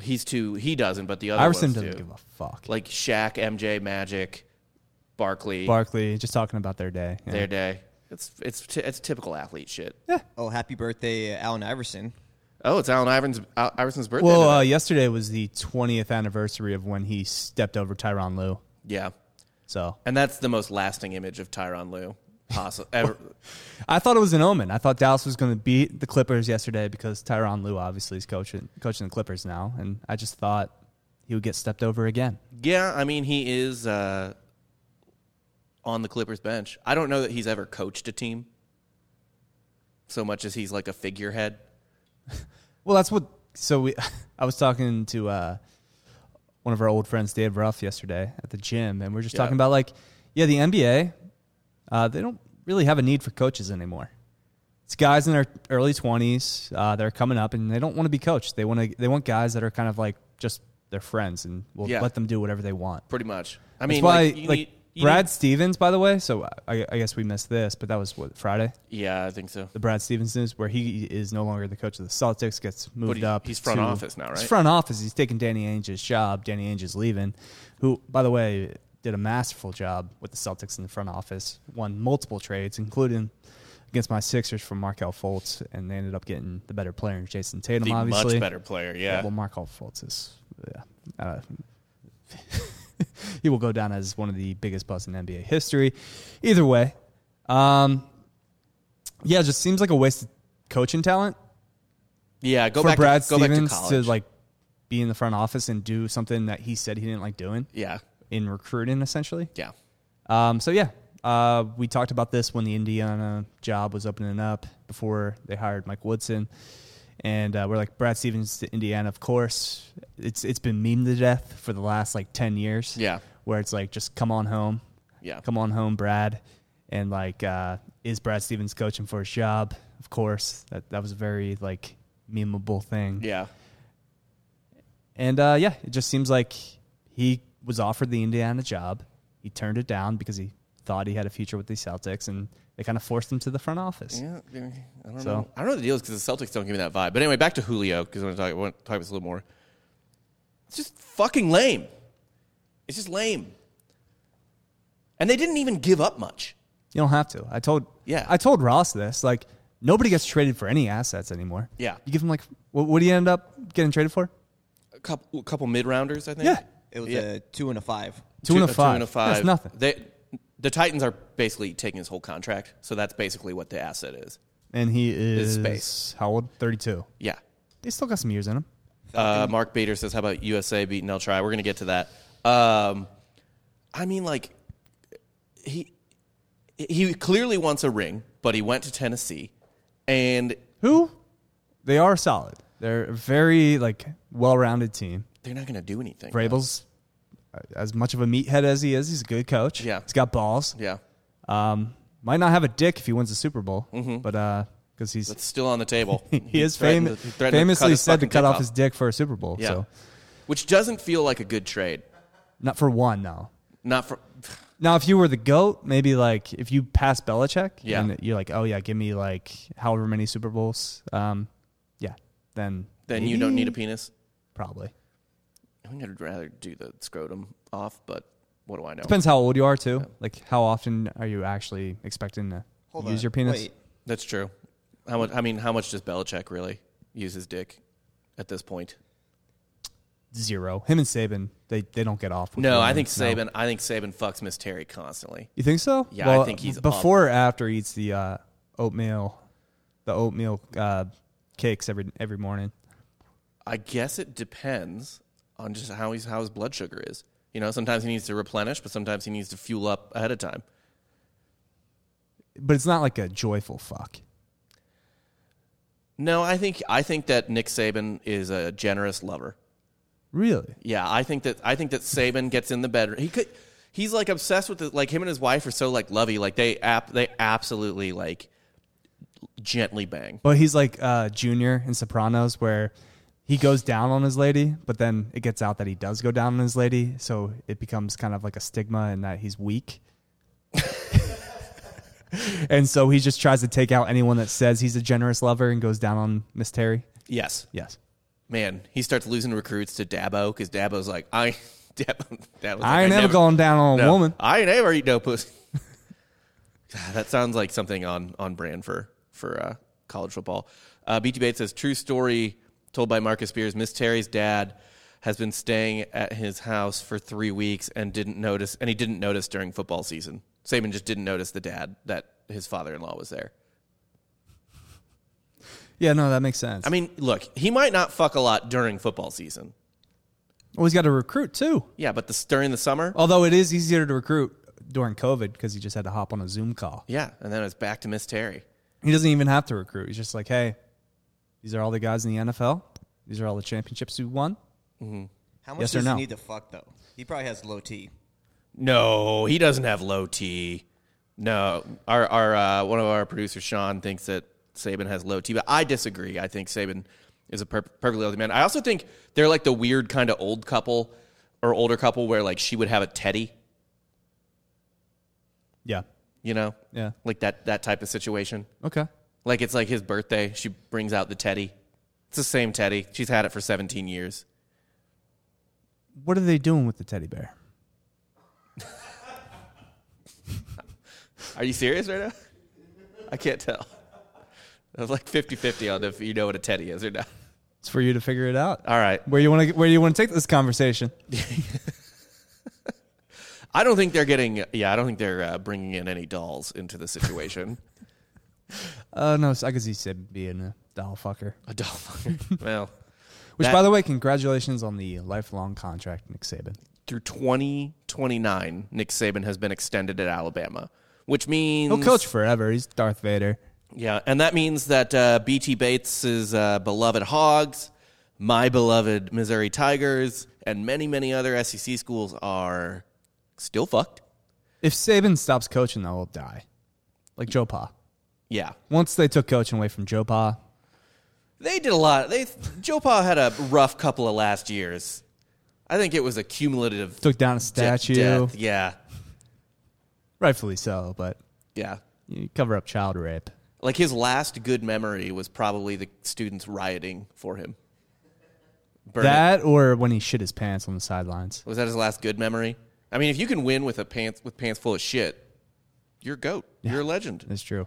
[SPEAKER 1] He's too. He doesn't, but the other
[SPEAKER 2] Iverson
[SPEAKER 1] ones
[SPEAKER 2] doesn't
[SPEAKER 1] do.
[SPEAKER 2] give a fuck. Like
[SPEAKER 1] Like Shaq, MJ, Magic, Barkley,
[SPEAKER 2] Barkley, just talking about their day. Yeah.
[SPEAKER 1] their day. It's it's t- it's typical athlete shit.
[SPEAKER 3] Oh, happy birthday, uh, Allen Iverson.
[SPEAKER 1] Oh, it's Allen Iverson's, Al- Iverson's birthday.
[SPEAKER 2] Well,
[SPEAKER 1] today.
[SPEAKER 2] uh, yesterday was the 20th anniversary of when he stepped over Tyron Lue.
[SPEAKER 1] yeah,
[SPEAKER 2] So
[SPEAKER 1] and that's the most lasting image of Tyron Lue possible. ever.
[SPEAKER 2] I thought it was an omen. I thought Dallas was going to beat the Clippers yesterday because Tyron Lue obviously is coaching coaching the Clippers now, and I just thought he would get stepped over again.
[SPEAKER 1] Yeah, I mean he is uh, on the Clippers bench. I don't know that he's ever coached a team so much as he's like a figurehead.
[SPEAKER 2] Well, that's what. So we, I was talking to uh, one of our old friends, Dave Ruff, yesterday at the gym, and we are just
[SPEAKER 1] Yeah.
[SPEAKER 2] talking about like, yeah, the NBA, uh, they don't really have a need for coaches anymore. It's guys in their early twenties uh, that are coming up, and they don't want to be coached. They want to. They want guys that are kind of like just their friends, and will
[SPEAKER 1] Yeah.
[SPEAKER 2] let them do whatever they want.
[SPEAKER 1] Pretty much. I
[SPEAKER 2] That's
[SPEAKER 1] mean,
[SPEAKER 2] why,
[SPEAKER 1] like,
[SPEAKER 2] like,
[SPEAKER 1] you need- you
[SPEAKER 2] Brad Stevens, by the way. So I, I guess we missed this, but that was what Friday,
[SPEAKER 1] need- yeah, I think so.
[SPEAKER 2] the Brad Stevens news, where he is no longer the coach of the Celtics, gets moved
[SPEAKER 1] he-
[SPEAKER 2] up.
[SPEAKER 1] he's front
[SPEAKER 2] to-
[SPEAKER 1] office now, right?
[SPEAKER 2] He's front office. He's taking Danny Ainge's job. Danny Ainge is leaving, who, by the way, did a masterful job with the Celtics in the front office. Won multiple trades, including against my Sixers from Markel Fultz, and they ended up getting the better player, in Jason Tatum,
[SPEAKER 1] The
[SPEAKER 2] obviously.
[SPEAKER 1] much better player. Yeah.
[SPEAKER 2] Well, Markel Fultz is, yeah, uh, he will go down as one of the biggest busts in NBA history. Either way, um, yeah, it just seems like a waste of coaching talent
[SPEAKER 1] yeah. Go
[SPEAKER 2] for
[SPEAKER 1] back.
[SPEAKER 2] Brad
[SPEAKER 1] to, go back to
[SPEAKER 2] Stevens to,
[SPEAKER 1] college.
[SPEAKER 2] like be in the front office and do something that he said he didn't like doing
[SPEAKER 1] yeah.
[SPEAKER 2] in recruiting, essentially.
[SPEAKER 1] Yeah.
[SPEAKER 2] Um, so yeah, uh, we talked about this when the Indiana job was opening up before they hired Mike Woodson, and uh, we're like Brad Stevens to Indiana. Of course, it's it's been memed to death for the last like ten years.
[SPEAKER 1] Yeah.
[SPEAKER 2] where it's like just come on home,
[SPEAKER 1] Yeah.
[SPEAKER 2] come on home, Brad, and like uh, is Brad Stevens coaching for his job? Of course, that that was a very like memeable thing.
[SPEAKER 1] Yeah.
[SPEAKER 2] And uh, yeah, it just seems like he was offered the Indiana job. He turned it down because he thought he had a future with the Celtics, and they kind of forced him to the front office.
[SPEAKER 1] Yeah, I don't
[SPEAKER 2] So-
[SPEAKER 1] know. I don't know what the deal is because the Celtics don't give me that vibe. But anyway, back to Julio because I want to talk, I want to talk about this a little more. It's just fucking lame. It's just lame. And they didn't even give up much.
[SPEAKER 2] You don't have to. I told
[SPEAKER 1] Yeah.
[SPEAKER 2] I told Ross this. Like nobody gets traded for any assets anymore.
[SPEAKER 1] Yeah.
[SPEAKER 2] you give him like what, what do you end up getting traded for?
[SPEAKER 1] A couple, a couple mid rounders, I think.
[SPEAKER 2] Yeah,
[SPEAKER 3] It was
[SPEAKER 1] Yeah.
[SPEAKER 3] a two and a five.
[SPEAKER 2] two, and a
[SPEAKER 1] two
[SPEAKER 2] five.
[SPEAKER 1] and a five.
[SPEAKER 2] That's nothing.
[SPEAKER 1] They, the Titans are basically taking his whole contract, so that's basically what the asset is.
[SPEAKER 2] And he
[SPEAKER 1] His
[SPEAKER 2] is
[SPEAKER 1] space.
[SPEAKER 2] how old? Thirty two.
[SPEAKER 1] Yeah.
[SPEAKER 2] He still got some years in him.
[SPEAKER 1] Uh, Mark Bader says, "How about USA beating El Tri?" We're gonna get to that. Um, I mean, like he he clearly wants a ring, but he went to Tennessee, and
[SPEAKER 2] Who? They are solid. They're a very like well rounded team.
[SPEAKER 1] they're not gonna do anything.
[SPEAKER 2] Vrabel's uh, as much of a meathead as he is, he's a good coach.
[SPEAKER 1] Yeah.
[SPEAKER 2] he's got balls.
[SPEAKER 1] Yeah, Mm-hmm.
[SPEAKER 2] Um, might not have a dick if he wins the Super Bowl, but uh, because he's
[SPEAKER 1] that's still on the table.
[SPEAKER 2] he is
[SPEAKER 1] threatened
[SPEAKER 2] famous,
[SPEAKER 1] to- he threatened to cut
[SPEAKER 2] famously
[SPEAKER 1] his
[SPEAKER 2] said to
[SPEAKER 1] fucking
[SPEAKER 2] cut
[SPEAKER 1] dick
[SPEAKER 2] off his dick for a Super Bowl.
[SPEAKER 1] Yeah,
[SPEAKER 2] So
[SPEAKER 1] which doesn't feel like a good trade.
[SPEAKER 2] not for one, no.
[SPEAKER 1] Not for
[SPEAKER 2] Now, if you were the goat, maybe like if you pass Belichick,
[SPEAKER 1] Yeah.
[SPEAKER 2] and you're like, oh yeah, give me like however many Super Bowls, um, yeah, then
[SPEAKER 1] Then you don't need a penis.
[SPEAKER 2] Probably
[SPEAKER 1] I think I'd rather do the scrotum off, but what do I know?
[SPEAKER 2] depends how old you are too. Like how often are you actually expecting to
[SPEAKER 3] Hold
[SPEAKER 2] use
[SPEAKER 3] on.
[SPEAKER 2] your penis?
[SPEAKER 3] Wait.
[SPEAKER 1] That's true. How much? I mean, how much does Belichick really use his dick at this point?
[SPEAKER 2] Zero. Him and Saban, they they don't get off. with
[SPEAKER 1] No, I
[SPEAKER 2] women,
[SPEAKER 1] think
[SPEAKER 2] no.
[SPEAKER 1] Saban. I think Saban fucks Miss Terry constantly.
[SPEAKER 2] You think so?
[SPEAKER 1] Yeah, I think he's up.
[SPEAKER 2] before or after he eats the uh, oatmeal, the oatmeal uh, cakes every every morning.
[SPEAKER 1] I guess it depends on just how he's how his blood sugar is. You know, sometimes he needs to replenish, but sometimes he needs to fuel up ahead of time.
[SPEAKER 2] But it's not like a joyful fuck.
[SPEAKER 1] No, I think I think that Nick Saban is a generous lover.
[SPEAKER 2] Really?
[SPEAKER 1] Yeah, I think that I think that Saban gets in the bedroom. He could. He's like obsessed with it. Like him and his wife are so like lovey. Like they app. They absolutely like gently bang.
[SPEAKER 2] But he's like uh, Junior in Sopranos, where he goes down on his lady, but then it gets out that he does go down on his lady, so it becomes kind of like a stigma and that he's weak. and so he just tries to take out anyone that says he's a generous lover and goes down on Miss Terry.
[SPEAKER 1] Yes,
[SPEAKER 2] Yes.
[SPEAKER 1] man. He starts losing recruits to Dabo because Dabo's like I. Dabo, Dabo's like,
[SPEAKER 2] I ain't never going down on a
[SPEAKER 1] no,
[SPEAKER 2] woman.
[SPEAKER 1] I ain't ever eat no pussy. God, that sounds like something on on brand for for uh, college football. Uh, BT Bates says true story told by Marcus Spears. Miss Terry's dad has been staying at his house for three weeks and didn't notice, and he didn't notice during football season. Saban just didn't notice the dad that his father in law was there.
[SPEAKER 2] Yeah, no, that makes sense.
[SPEAKER 1] I mean, look, he might not fuck a lot during football season.
[SPEAKER 2] Well, he's got to recruit too.
[SPEAKER 1] Yeah, but the, during the summer,
[SPEAKER 2] Although it is easier to recruit during COVID because he just had to hop on a Zoom call.
[SPEAKER 1] yeah, and then it's back to Miss Terry.
[SPEAKER 2] He doesn't even have to recruit. He's just like, hey, these are all the guys in the NFL. These are all the championships we won.
[SPEAKER 3] How much
[SPEAKER 2] Yes or
[SPEAKER 3] does
[SPEAKER 2] no?
[SPEAKER 3] he need to fuck though? He probably has low T.
[SPEAKER 1] No, he doesn't have low T. No, our our uh, one of our producers, Sean, thinks that Saban has low T, but I disagree. I think Saban is a per- perfectly healthy man. I also think they're like the weird kind of old couple or older couple where like she would have a teddy,
[SPEAKER 2] Yeah.
[SPEAKER 1] you know,
[SPEAKER 2] Yeah.
[SPEAKER 1] like that that type of situation.
[SPEAKER 2] Okay.
[SPEAKER 1] Like it's like his birthday, she brings out the teddy. It's the same teddy. She's had it for 17 years.
[SPEAKER 2] What are they doing with the teddy bear?
[SPEAKER 1] Are you serious right now? I can't tell. I was like 50-50 on if you know what a teddy is or not.
[SPEAKER 2] It's for you to figure it out.
[SPEAKER 1] All right.
[SPEAKER 2] Where you want to where you want to take this conversation?
[SPEAKER 1] I don't think they're getting. Yeah, I don't think they're uh, bringing in any dolls into the situation.
[SPEAKER 2] Uh, no, I could see Sid being a doll fucker.
[SPEAKER 1] a doll fucker. well,
[SPEAKER 2] Which,
[SPEAKER 1] That-
[SPEAKER 2] by the way, congratulations on the lifelong contract, Nick Saban.
[SPEAKER 1] through twenty twenty nine, Nick Saban has been extended at Alabama, which means
[SPEAKER 2] He'll coach forever. He's Darth Vader.
[SPEAKER 1] Yeah, and that means that uh, BT Bates is uh, beloved Hogs, my beloved Missouri Tigers, and many many other SEC schools are still fucked.
[SPEAKER 2] If Saban stops coaching, though, he'll die. Like Joe Pa.
[SPEAKER 1] Yeah,
[SPEAKER 2] Once they took coaching away from Joe Pa,
[SPEAKER 1] They did a lot. They Joe Pa had a rough couple of last years. I think it was a cumulative
[SPEAKER 2] took down a
[SPEAKER 1] de-
[SPEAKER 2] statue,
[SPEAKER 1] death. Yeah,
[SPEAKER 2] rightfully so, but
[SPEAKER 1] yeah.
[SPEAKER 2] you cover up child rape.
[SPEAKER 1] Like his last good memory was probably the students rioting for him. Burn it.
[SPEAKER 2] That or when he shit his pants on the sidelines.
[SPEAKER 1] was that his last good memory. I mean, if you can win with a pants with pants full of shit, you're a goat. You're a legend.
[SPEAKER 2] That's true.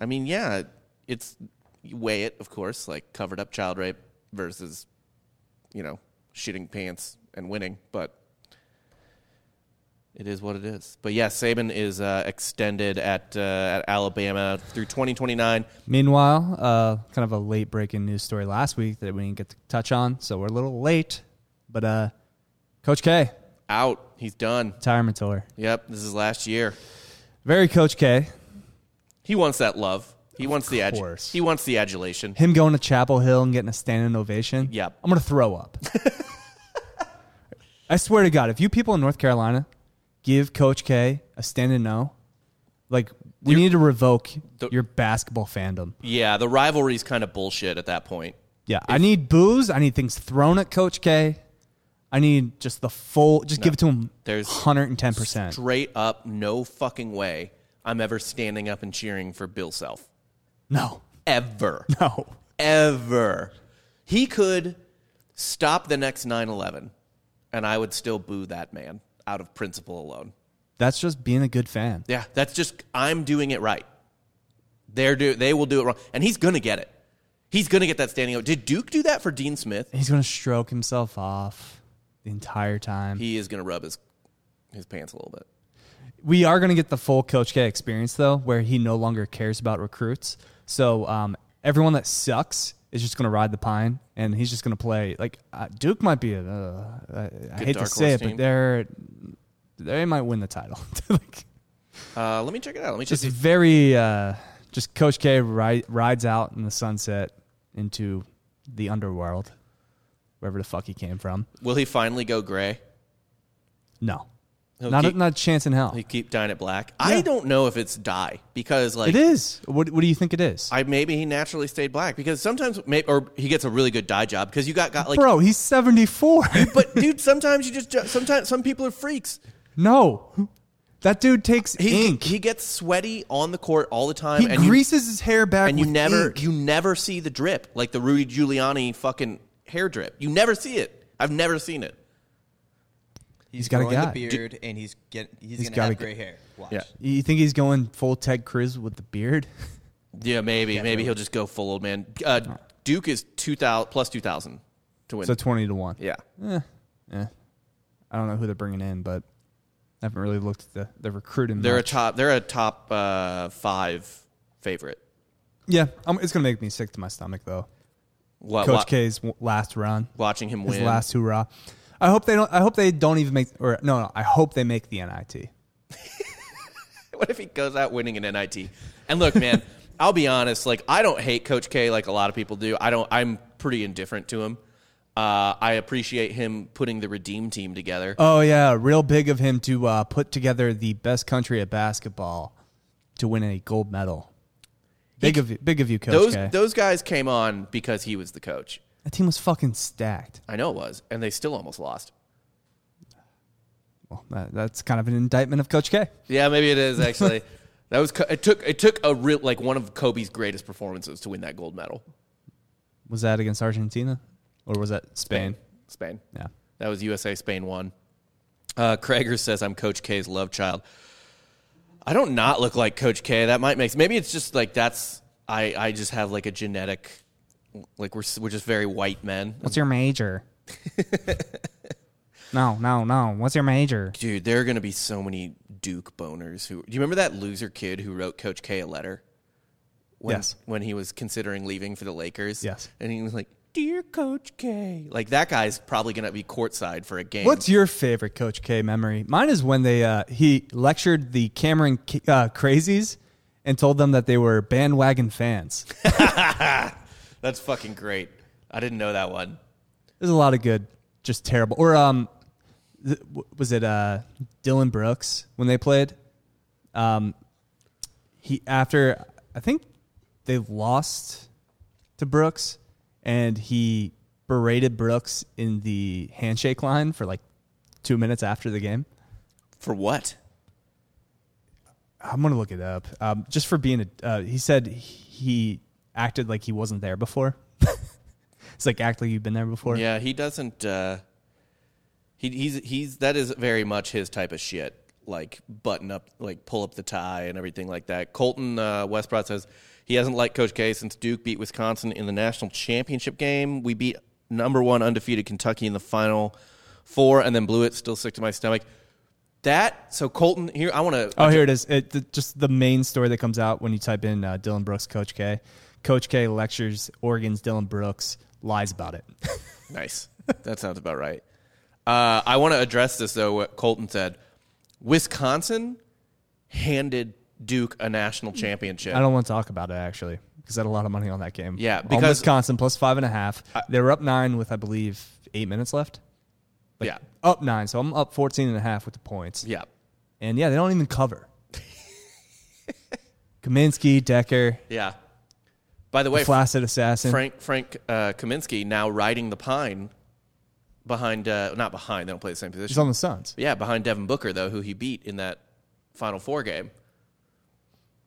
[SPEAKER 1] I mean, yeah, it's you weigh it, of course, like covered up child rape versus, you know, shitting pants and winning, but it is what it is. But yeah, Saban is uh, extended at uh, at Alabama through 2029.
[SPEAKER 2] Meanwhile, uh, kind of a late breaking news story last week that we didn't get to touch on, so we're a little late. But uh, Coach K,
[SPEAKER 1] Out, he's done.
[SPEAKER 2] retirement tour.
[SPEAKER 1] Yep, this is last year.
[SPEAKER 2] Very Coach K.
[SPEAKER 1] He wants that love. He wants the ad-
[SPEAKER 2] course.
[SPEAKER 1] He wants the adulation.
[SPEAKER 2] Him going to Chapel Hill and getting a standing ovation.
[SPEAKER 1] Yep.
[SPEAKER 2] I'm going to throw up. I swear to God, if you people in North Carolina give Coach K a standing no, like we need to revoke
[SPEAKER 1] The-
[SPEAKER 2] your basketball fandom.
[SPEAKER 1] Yeah, the rivalry's kind of bullshit at that point.
[SPEAKER 2] Yeah, I need booze. I need things thrown at Coach K. I need just the full. Just give it to him.
[SPEAKER 1] There's
[SPEAKER 2] 110. percent
[SPEAKER 1] Straight up, no fucking way. I'm ever standing up and cheering for Bill Self.
[SPEAKER 2] No,
[SPEAKER 1] ever.
[SPEAKER 2] no.
[SPEAKER 1] Ever. He could stop the next 9 11, and I would still boo that man out of principle alone.
[SPEAKER 2] That's just being a good fan.
[SPEAKER 1] Yeah, that's just I'm doing it right. They're do they will do it wrong, and he's gonna get it. He's gonna get that standing out. Did Duke do that for Dean Smith?
[SPEAKER 2] He's gonna stroke himself off the entire time.
[SPEAKER 1] He is gonna rub his his pants a little bit.
[SPEAKER 2] we are going to get the full Coach K experience though, where he no longer cares about recruits. So um, everyone that sucks is just going to ride the pine, and he's just going to play. Like uh, Duke might be a, uh, I, I hate to
[SPEAKER 1] dark
[SPEAKER 2] say
[SPEAKER 1] horse
[SPEAKER 2] it,
[SPEAKER 1] team.
[SPEAKER 2] but they're they might win the title. like,
[SPEAKER 1] Uh, let me check it out. Let me check.
[SPEAKER 2] just
[SPEAKER 1] It.
[SPEAKER 2] very uh, just Coach K ri- rides out in the sunset into the underworld, wherever the fuck he came from.
[SPEAKER 1] Will he finally go gray?
[SPEAKER 2] No,
[SPEAKER 1] He'll
[SPEAKER 2] not
[SPEAKER 1] keep,
[SPEAKER 2] a, not a chance in hell.
[SPEAKER 1] he'll keep dying it black. I don't know if it's dye because like
[SPEAKER 2] It is. What what do you think it is?
[SPEAKER 1] I maybe he naturally stayed black because sometimes maybe or he gets a really good dye job because you got got like.
[SPEAKER 2] Bro, he's seventy four.
[SPEAKER 1] But dude, sometimes you just sometimes some people are freaks.
[SPEAKER 2] No. That dude takes
[SPEAKER 1] He
[SPEAKER 2] ink.
[SPEAKER 1] he gets sweaty on the court all the time.
[SPEAKER 2] He
[SPEAKER 1] and you-
[SPEAKER 2] greases his hair back
[SPEAKER 1] and you
[SPEAKER 2] with
[SPEAKER 1] never
[SPEAKER 2] ink.
[SPEAKER 1] you never see the drip like the Rudy Giuliani fucking hair drip. You never see it. I've never seen it.
[SPEAKER 3] He's
[SPEAKER 2] got a
[SPEAKER 3] growing
[SPEAKER 2] guy.
[SPEAKER 3] the beard, and he's get, he's,
[SPEAKER 2] He's
[SPEAKER 3] gonna
[SPEAKER 2] got a
[SPEAKER 3] have
[SPEAKER 2] g-
[SPEAKER 3] gray hair. Watch.
[SPEAKER 1] Yeah.
[SPEAKER 2] You think he's going full Ted Cruz with the beard?
[SPEAKER 1] Yeah, maybe maybe he'll just go full old man. Uh, Duke is two thousand plus two thousand to win.
[SPEAKER 2] So 20 to 1.
[SPEAKER 1] yeah,
[SPEAKER 2] I don't know who they're bringing in, but I haven't really looked at the, the recruiting.
[SPEAKER 1] they're a
[SPEAKER 2] much.
[SPEAKER 1] top they're a top uh, five favorite.
[SPEAKER 2] Yeah, I'm, it's going to make me sick to my stomach, though.
[SPEAKER 1] Wa-
[SPEAKER 2] Coach
[SPEAKER 1] wa-
[SPEAKER 2] K's w- last run,
[SPEAKER 1] watching him
[SPEAKER 2] his
[SPEAKER 1] win.
[SPEAKER 2] last hoorah. I hope they don't. I hope they don't even make. Or no, no. I hope they make the NIT.
[SPEAKER 1] What if he goes out winning an NIT? And look, man, I'll be honest. Like, I don't hate Coach K like a lot of people do. I don't. I'm pretty indifferent to him. Uh, I appreciate him putting the redeem team together.
[SPEAKER 2] Oh yeah, real big of him to uh, put together the best country at basketball to win a gold medal. Big of you, big of you, Coach
[SPEAKER 1] those
[SPEAKER 2] K.
[SPEAKER 1] those guys came on because he was the coach.
[SPEAKER 2] That team was fucking stacked.
[SPEAKER 1] I know it was, and they still almost lost.
[SPEAKER 2] Well, that, that's kind of an indictment of Coach K.
[SPEAKER 1] Yeah, maybe it is actually. that was co- it took it took a real like one of Kobe's greatest performances to win that gold medal.
[SPEAKER 2] Was that against Argentina, or was that Spain?
[SPEAKER 1] Spain.
[SPEAKER 2] Yeah.
[SPEAKER 1] That was USA Spain one. Uh, Krager says I'm Coach K's love child. I don't not look like Coach K. That might make maybe it's just like that's I I just have like a genetic like we're s- we're just very white men.
[SPEAKER 2] What's your major? no, no, no. What's your major?
[SPEAKER 1] Dude, there are going to be so many Duke boners who Do you remember that loser kid who wrote Coach K a letter? When,
[SPEAKER 2] Yes.
[SPEAKER 1] When he was considering leaving for the Lakers?
[SPEAKER 2] Yes.
[SPEAKER 1] And he was like, "Dear Coach K." Like that guy's probably going to be courtside for a game.
[SPEAKER 2] What's your favorite Coach K memory? Mine is when they uh, he lectured the Cameron K- uh, Crazies and told them that they were bandwagon fans.
[SPEAKER 1] That's fucking great. I didn't know that one.
[SPEAKER 2] There's a lot of good, just terrible. Or um, th- w- was it uh Dylan Brooks when they played? Um, he after I think they lost to Brooks, and he berated Brooks in the handshake line for like two minutes after the game.
[SPEAKER 1] For what?
[SPEAKER 2] I'm gonna look it up. Um, just for being a, uh, he said he acted like he wasn't there before. it's like act like you've been there before.
[SPEAKER 1] Yeah, he doesn't. Uh, he he's he's that is very much his type of shit. Like button up, like pull up the tie and everything like that. Colton uh, Westbrod says he hasn't liked Coach K since Duke beat Wisconsin in the national championship game. We beat number one undefeated Kentucky in the final four, and then blew it. Still sick to my stomach. That so Colton here. I want to.
[SPEAKER 2] Oh, here it is. It, the, just the main story that comes out when you type in uh, Dylan Brooks, Coach K. Coach K lectures Oregon's Dylan Brooks, lies about it.
[SPEAKER 1] Nice. That sounds about right. Uh, I want to address this though. What Colton said, Wisconsin handed Duke a national championship.
[SPEAKER 2] I don't want to talk about it, actually, because I had a lot of money on that game.
[SPEAKER 1] Yeah,
[SPEAKER 2] on
[SPEAKER 1] because-
[SPEAKER 2] Wisconsin plus five and a half. they were up nine with, I believe, eight minutes left.
[SPEAKER 1] yeah,
[SPEAKER 2] Up nine. So I'm up 14 and a half with the points.
[SPEAKER 1] yeah.
[SPEAKER 2] And yeah, they don't even cover. Kaminsky, Decker,
[SPEAKER 1] Yeah. By the way,
[SPEAKER 2] Flaccid Assassin.
[SPEAKER 1] Frank Frank uh, Kaminsky now riding the pine behind uh, not behind. They don't play the same
[SPEAKER 2] He's
[SPEAKER 1] position.
[SPEAKER 2] on the Suns.
[SPEAKER 1] yeah, behind Devin Booker though, who he beat in that Final Four game.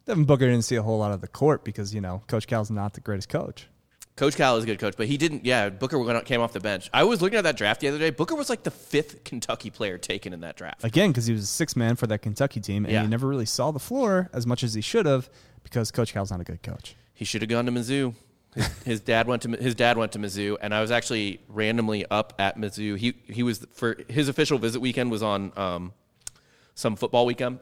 [SPEAKER 2] Devin Booker didn't see a whole lot of the court because, you know, Coach Cal's not the greatest coach.
[SPEAKER 1] Coach Cal is a good coach, but he didn't. Yeah, Booker went out- came off the bench. I was looking at that draft the other day. Booker was like the fifth Kentucky player taken in that draft.
[SPEAKER 2] again because he was a six man for that Kentucky team, and
[SPEAKER 1] Yeah.
[SPEAKER 2] he never really saw the floor as much as he should have because Coach Cal's not a good coach.
[SPEAKER 1] He should have gone to Mizzou. His, his dad went to his dad went to Mizzou, and I was actually randomly up at Mizzou. He he was for his official visit weekend was on um, some football weekend,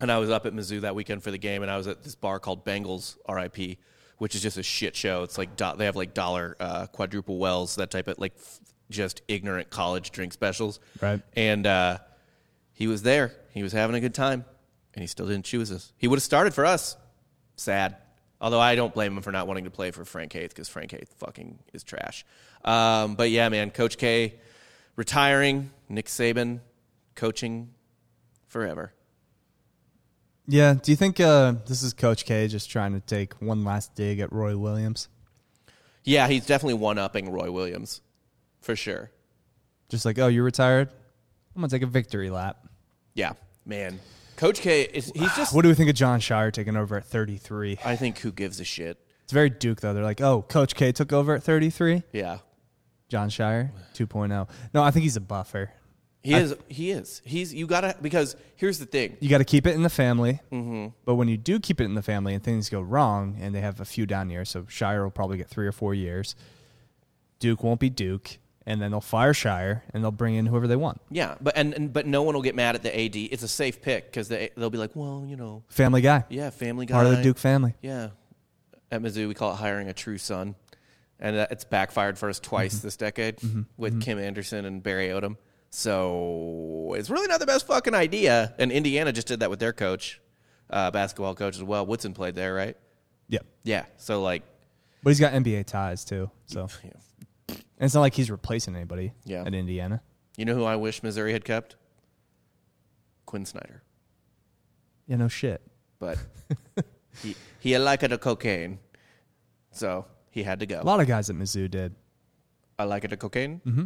[SPEAKER 1] and I was up at Mizzou that weekend for the game, and I was at this bar called Bengals R.I.P., which is just a shit show. It's like do, they have like dollar uh, quadruple wells that type of like f- just ignorant college drink specials,
[SPEAKER 2] Right.
[SPEAKER 1] And uh, he was there. He was having a good time, and he still didn't choose us. He would have started for us. Sad. Although I don't blame him for not wanting to play for Frank Haith because Frank Haith fucking is trash. Um, but yeah, man, Coach K retiring, Nick Saban coaching forever.
[SPEAKER 2] Yeah. Do you think uh, this is Coach K just trying to take one last dig at Roy Williams?
[SPEAKER 1] Yeah, he's definitely one upping Roy Williams for sure.
[SPEAKER 2] Just like, oh, you're retired. I'm gonna take a victory lap.
[SPEAKER 1] Yeah, man. Coach K is he's just.
[SPEAKER 2] What do we think of John Shire taking over at 33?
[SPEAKER 1] I think who gives a shit.
[SPEAKER 2] It's very Duke though. They're like, oh, Coach K took over at 33.
[SPEAKER 1] Yeah,
[SPEAKER 2] John Shire 2.0. No, I think he's a buffer.
[SPEAKER 1] he is. He is. He's. You gotta because here's the thing.
[SPEAKER 2] you got to keep it in the family. Mm-hmm. But when you do keep it in the family and things go wrong, and they have a few down years, so Shire will probably get three or four years. Duke won't be Duke, and then they'll fire Shire and they'll bring in whoever they want.
[SPEAKER 1] Yeah, but and, and but no one will get mad at the AD. It's a safe pick because they they'll be like, well, you know,
[SPEAKER 2] Family guy,
[SPEAKER 1] yeah, Family Guy,
[SPEAKER 2] part of the Duke family.
[SPEAKER 1] Yeah, at Mizzou we call it hiring a true son, and that, it's backfired for us twice
[SPEAKER 2] Mm-hmm.
[SPEAKER 1] this decade with Kim Anderson and Barry Odom. So it's really not the best fucking idea. And Indiana just did that with their coach, uh, basketball coach as well. Woodson played there, right?
[SPEAKER 2] Yep.
[SPEAKER 1] Yeah. So like,
[SPEAKER 2] But he's got NBA ties too, so
[SPEAKER 1] Yeah.
[SPEAKER 2] and it's not like he's replacing anybody
[SPEAKER 1] Yeah.
[SPEAKER 2] at Indiana.
[SPEAKER 1] you know who I wish Missouri had kept? Quinn Snyder,
[SPEAKER 2] Yeah, no shit.
[SPEAKER 1] but he he liked the cocaine, so he had to
[SPEAKER 2] A
[SPEAKER 1] go.
[SPEAKER 2] lot of guys at Mizzou did.
[SPEAKER 1] I like the cocaine. Mm-hmm.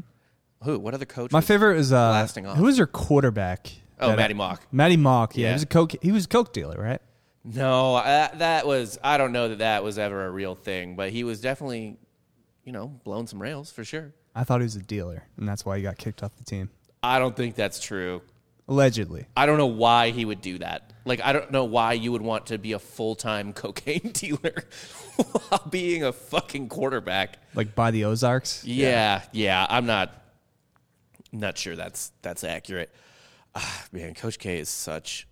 [SPEAKER 1] Who? What other coach?
[SPEAKER 2] My
[SPEAKER 1] was-
[SPEAKER 2] favorite is uh,
[SPEAKER 1] Blasting off.
[SPEAKER 2] who was your quarterback?
[SPEAKER 1] Oh,
[SPEAKER 2] That-
[SPEAKER 1] Matty Mock.
[SPEAKER 2] Matty Mock. Yeah,
[SPEAKER 1] Yeah.
[SPEAKER 2] he was a coke. He was a coke dealer, right?
[SPEAKER 1] No, I, that was I don't know that that was ever a real thing, but he was definitely, you know, blowing some rails for sure.
[SPEAKER 2] I thought he was a dealer, and that's why he got kicked off the team.
[SPEAKER 1] I don't think that's true.
[SPEAKER 2] Allegedly.
[SPEAKER 1] I don't know why he would do that. Like I don't know why you would want to be a full-time cocaine dealer while being a fucking quarterback.
[SPEAKER 2] Like by the Ozarks.
[SPEAKER 1] Yeah, yeah, I'm not I'm not sure that's that's accurate. Ah, man, Coach K is such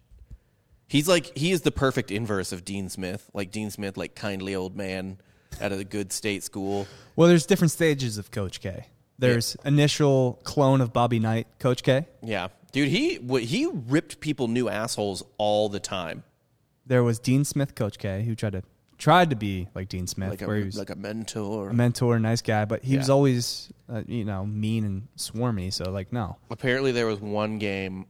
[SPEAKER 1] He's like he is the perfect inverse of Dean Smith. Like Dean Smith like kindly old man out of a good state school.
[SPEAKER 2] Well, there's different stages of Coach K. There's initial clone of Bobby Knight, Coach K.
[SPEAKER 1] Yeah, dude, he wh- he ripped people new assholes all the time,
[SPEAKER 2] There was Dean Smith, Coach K, who tried to tried to be like Dean Smith,
[SPEAKER 1] like a
[SPEAKER 2] where he was
[SPEAKER 1] like a mentor.
[SPEAKER 2] a mentor, nice guy, but he was
[SPEAKER 1] Yeah.
[SPEAKER 2] always uh, you know mean and swarmy. So like, no,
[SPEAKER 1] Apparently, there was one game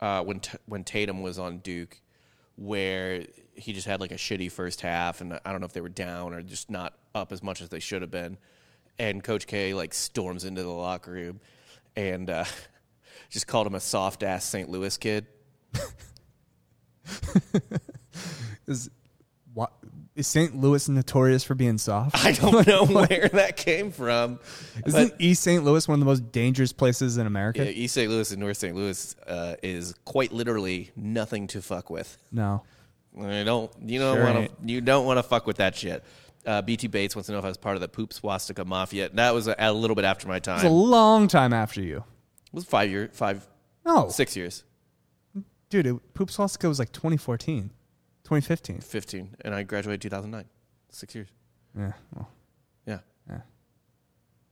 [SPEAKER 1] uh, when T- when Tatum was on Duke where he just had like a shitty first half, and I don't know if they were down or just not up as much as they should have been. And Coach K like storms into the locker room and uh, just called him a soft ass St. Louis kid.
[SPEAKER 2] is what is St. Louis notorious for being soft?
[SPEAKER 1] I don't know where that came from.
[SPEAKER 2] Isn't East St. Louis one of the most dangerous places in America?
[SPEAKER 1] Yeah, East St. Louis and North St. Louis uh, is quite literally nothing to fuck with.
[SPEAKER 2] No,
[SPEAKER 1] You don't you don't
[SPEAKER 2] Sure
[SPEAKER 1] want
[SPEAKER 2] ain't.
[SPEAKER 1] to you don't want to fuck with that shit. Uh, BT Bates wants to know if I was part of the poop swastika mafia. That was a, a little bit after my time.
[SPEAKER 2] it's a
[SPEAKER 1] It
[SPEAKER 2] long time after you.
[SPEAKER 1] was five year five
[SPEAKER 2] No,
[SPEAKER 1] six years
[SPEAKER 2] dude, it, Poop Swastika was like 2014, 2015.
[SPEAKER 1] fifteen, and I graduated two thousand nine. Six years.
[SPEAKER 2] Yeah, well,
[SPEAKER 1] Yeah.
[SPEAKER 2] Yeah.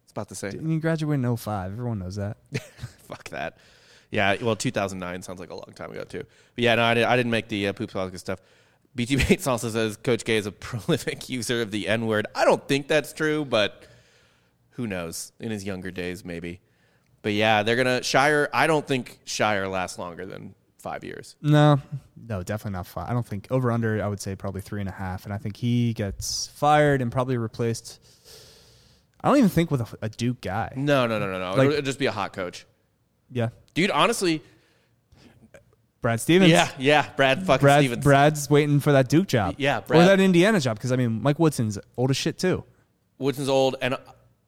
[SPEAKER 1] It's about the same.
[SPEAKER 2] And you graduated in 05. Everyone knows that.
[SPEAKER 1] Fuck that. Yeah, well, 2009 sounds like a long time ago too. But yeah, no, I, did, I didn't make the uh, poop swastika stuff. BT Bates also says Coach K is a prolific user of the N word. I don't think that's true, but who knows? In his younger days, maybe. But yeah, they're gonna Shire. I don't think Shire lasts longer than five years.
[SPEAKER 2] No, no, definitely not five. I don't think over under. I would say probably three and a half. And I think he gets fired and probably replaced. I don't even think with a, a Duke guy.
[SPEAKER 1] No, no, no, no, no.
[SPEAKER 2] Like-
[SPEAKER 1] it'll, it'll just be a hot coach,
[SPEAKER 2] Yeah,
[SPEAKER 1] dude. Honestly,
[SPEAKER 2] Brad Stevens.
[SPEAKER 1] yeah, yeah. Brad fucking
[SPEAKER 2] Brad,
[SPEAKER 1] Stevens.
[SPEAKER 2] Brad's waiting for that Duke job.
[SPEAKER 1] Yeah,
[SPEAKER 2] or
[SPEAKER 1] Brad-
[SPEAKER 2] that Indiana job because I mean Mike Woodson's old as shit too.
[SPEAKER 1] Woodson's old, and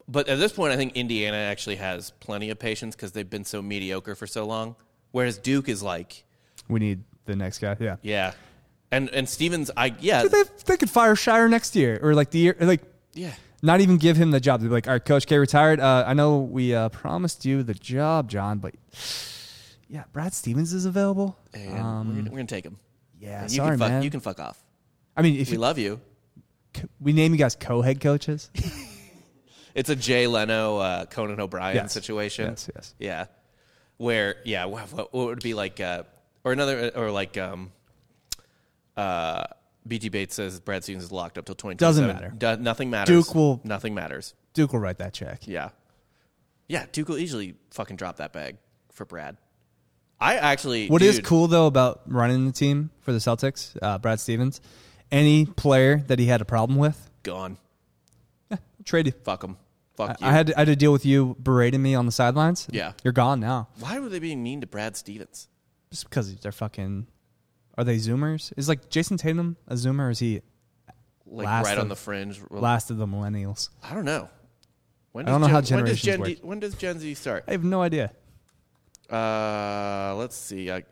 [SPEAKER 1] but at this point, I think Indiana actually has plenty of patience because they've been so mediocre for so long. Whereas Duke is like,
[SPEAKER 2] We need the next guy. Yeah.
[SPEAKER 1] yeah, and and Stevens, I yeah,
[SPEAKER 2] Dude, They, they could fire Shire next year or like the year, like
[SPEAKER 1] yeah.
[SPEAKER 2] not even give him the job. They'd be like, all right, Coach K retired. Uh, I know we uh, promised you the job, John, but yeah, Brad Stevens is available. Um,
[SPEAKER 1] And we're, gonna, we're gonna take him.
[SPEAKER 2] Yeah,
[SPEAKER 1] you
[SPEAKER 2] sorry,
[SPEAKER 1] can fuck,
[SPEAKER 2] man.
[SPEAKER 1] You can fuck off.
[SPEAKER 2] I mean, if
[SPEAKER 1] We
[SPEAKER 2] you,
[SPEAKER 1] love you.
[SPEAKER 2] we name you guys co-head coaches,
[SPEAKER 1] It's a Jay Leno, uh, Conan O'Brien
[SPEAKER 2] Yes.
[SPEAKER 1] situation.
[SPEAKER 2] Yes, yes.
[SPEAKER 1] Yeah. Where, yeah, what, what, what would it be like, uh, or another, or like, um, uh, BG Bates says Brad Stevens is locked up till 2027.
[SPEAKER 2] Doesn't matter.
[SPEAKER 1] Do- nothing matters.
[SPEAKER 2] Duke will-
[SPEAKER 1] Nothing matters.
[SPEAKER 2] Duke will write that check.
[SPEAKER 1] Yeah. Yeah, Duke will easily fucking drop that bag for Brad. I actually.
[SPEAKER 2] What is
[SPEAKER 1] dude,
[SPEAKER 2] cool though about running the team for the Celtics, uh, Brad Stevens, any player that he had a problem with,
[SPEAKER 1] Gone.
[SPEAKER 2] trade you.
[SPEAKER 1] Fuck him. Fuck you.
[SPEAKER 2] I had to, I had to deal with you berating me on the sidelines.
[SPEAKER 1] Yeah.
[SPEAKER 2] you're gone now.
[SPEAKER 1] Why were they being mean to Brad Stevens?
[SPEAKER 2] Just because they're fucking. Are they Zoomers? Is like Jason Tatum a Zoomer? Or is he
[SPEAKER 1] Like
[SPEAKER 2] Last
[SPEAKER 1] right on
[SPEAKER 2] of-
[SPEAKER 1] the fringe.
[SPEAKER 2] last of the millennials?
[SPEAKER 1] I don't know. When
[SPEAKER 2] I don't know how
[SPEAKER 1] when does Gen
[SPEAKER 2] generations
[SPEAKER 1] D, when does Gen Z start?
[SPEAKER 2] I have no idea.
[SPEAKER 1] Uh, let's see. I,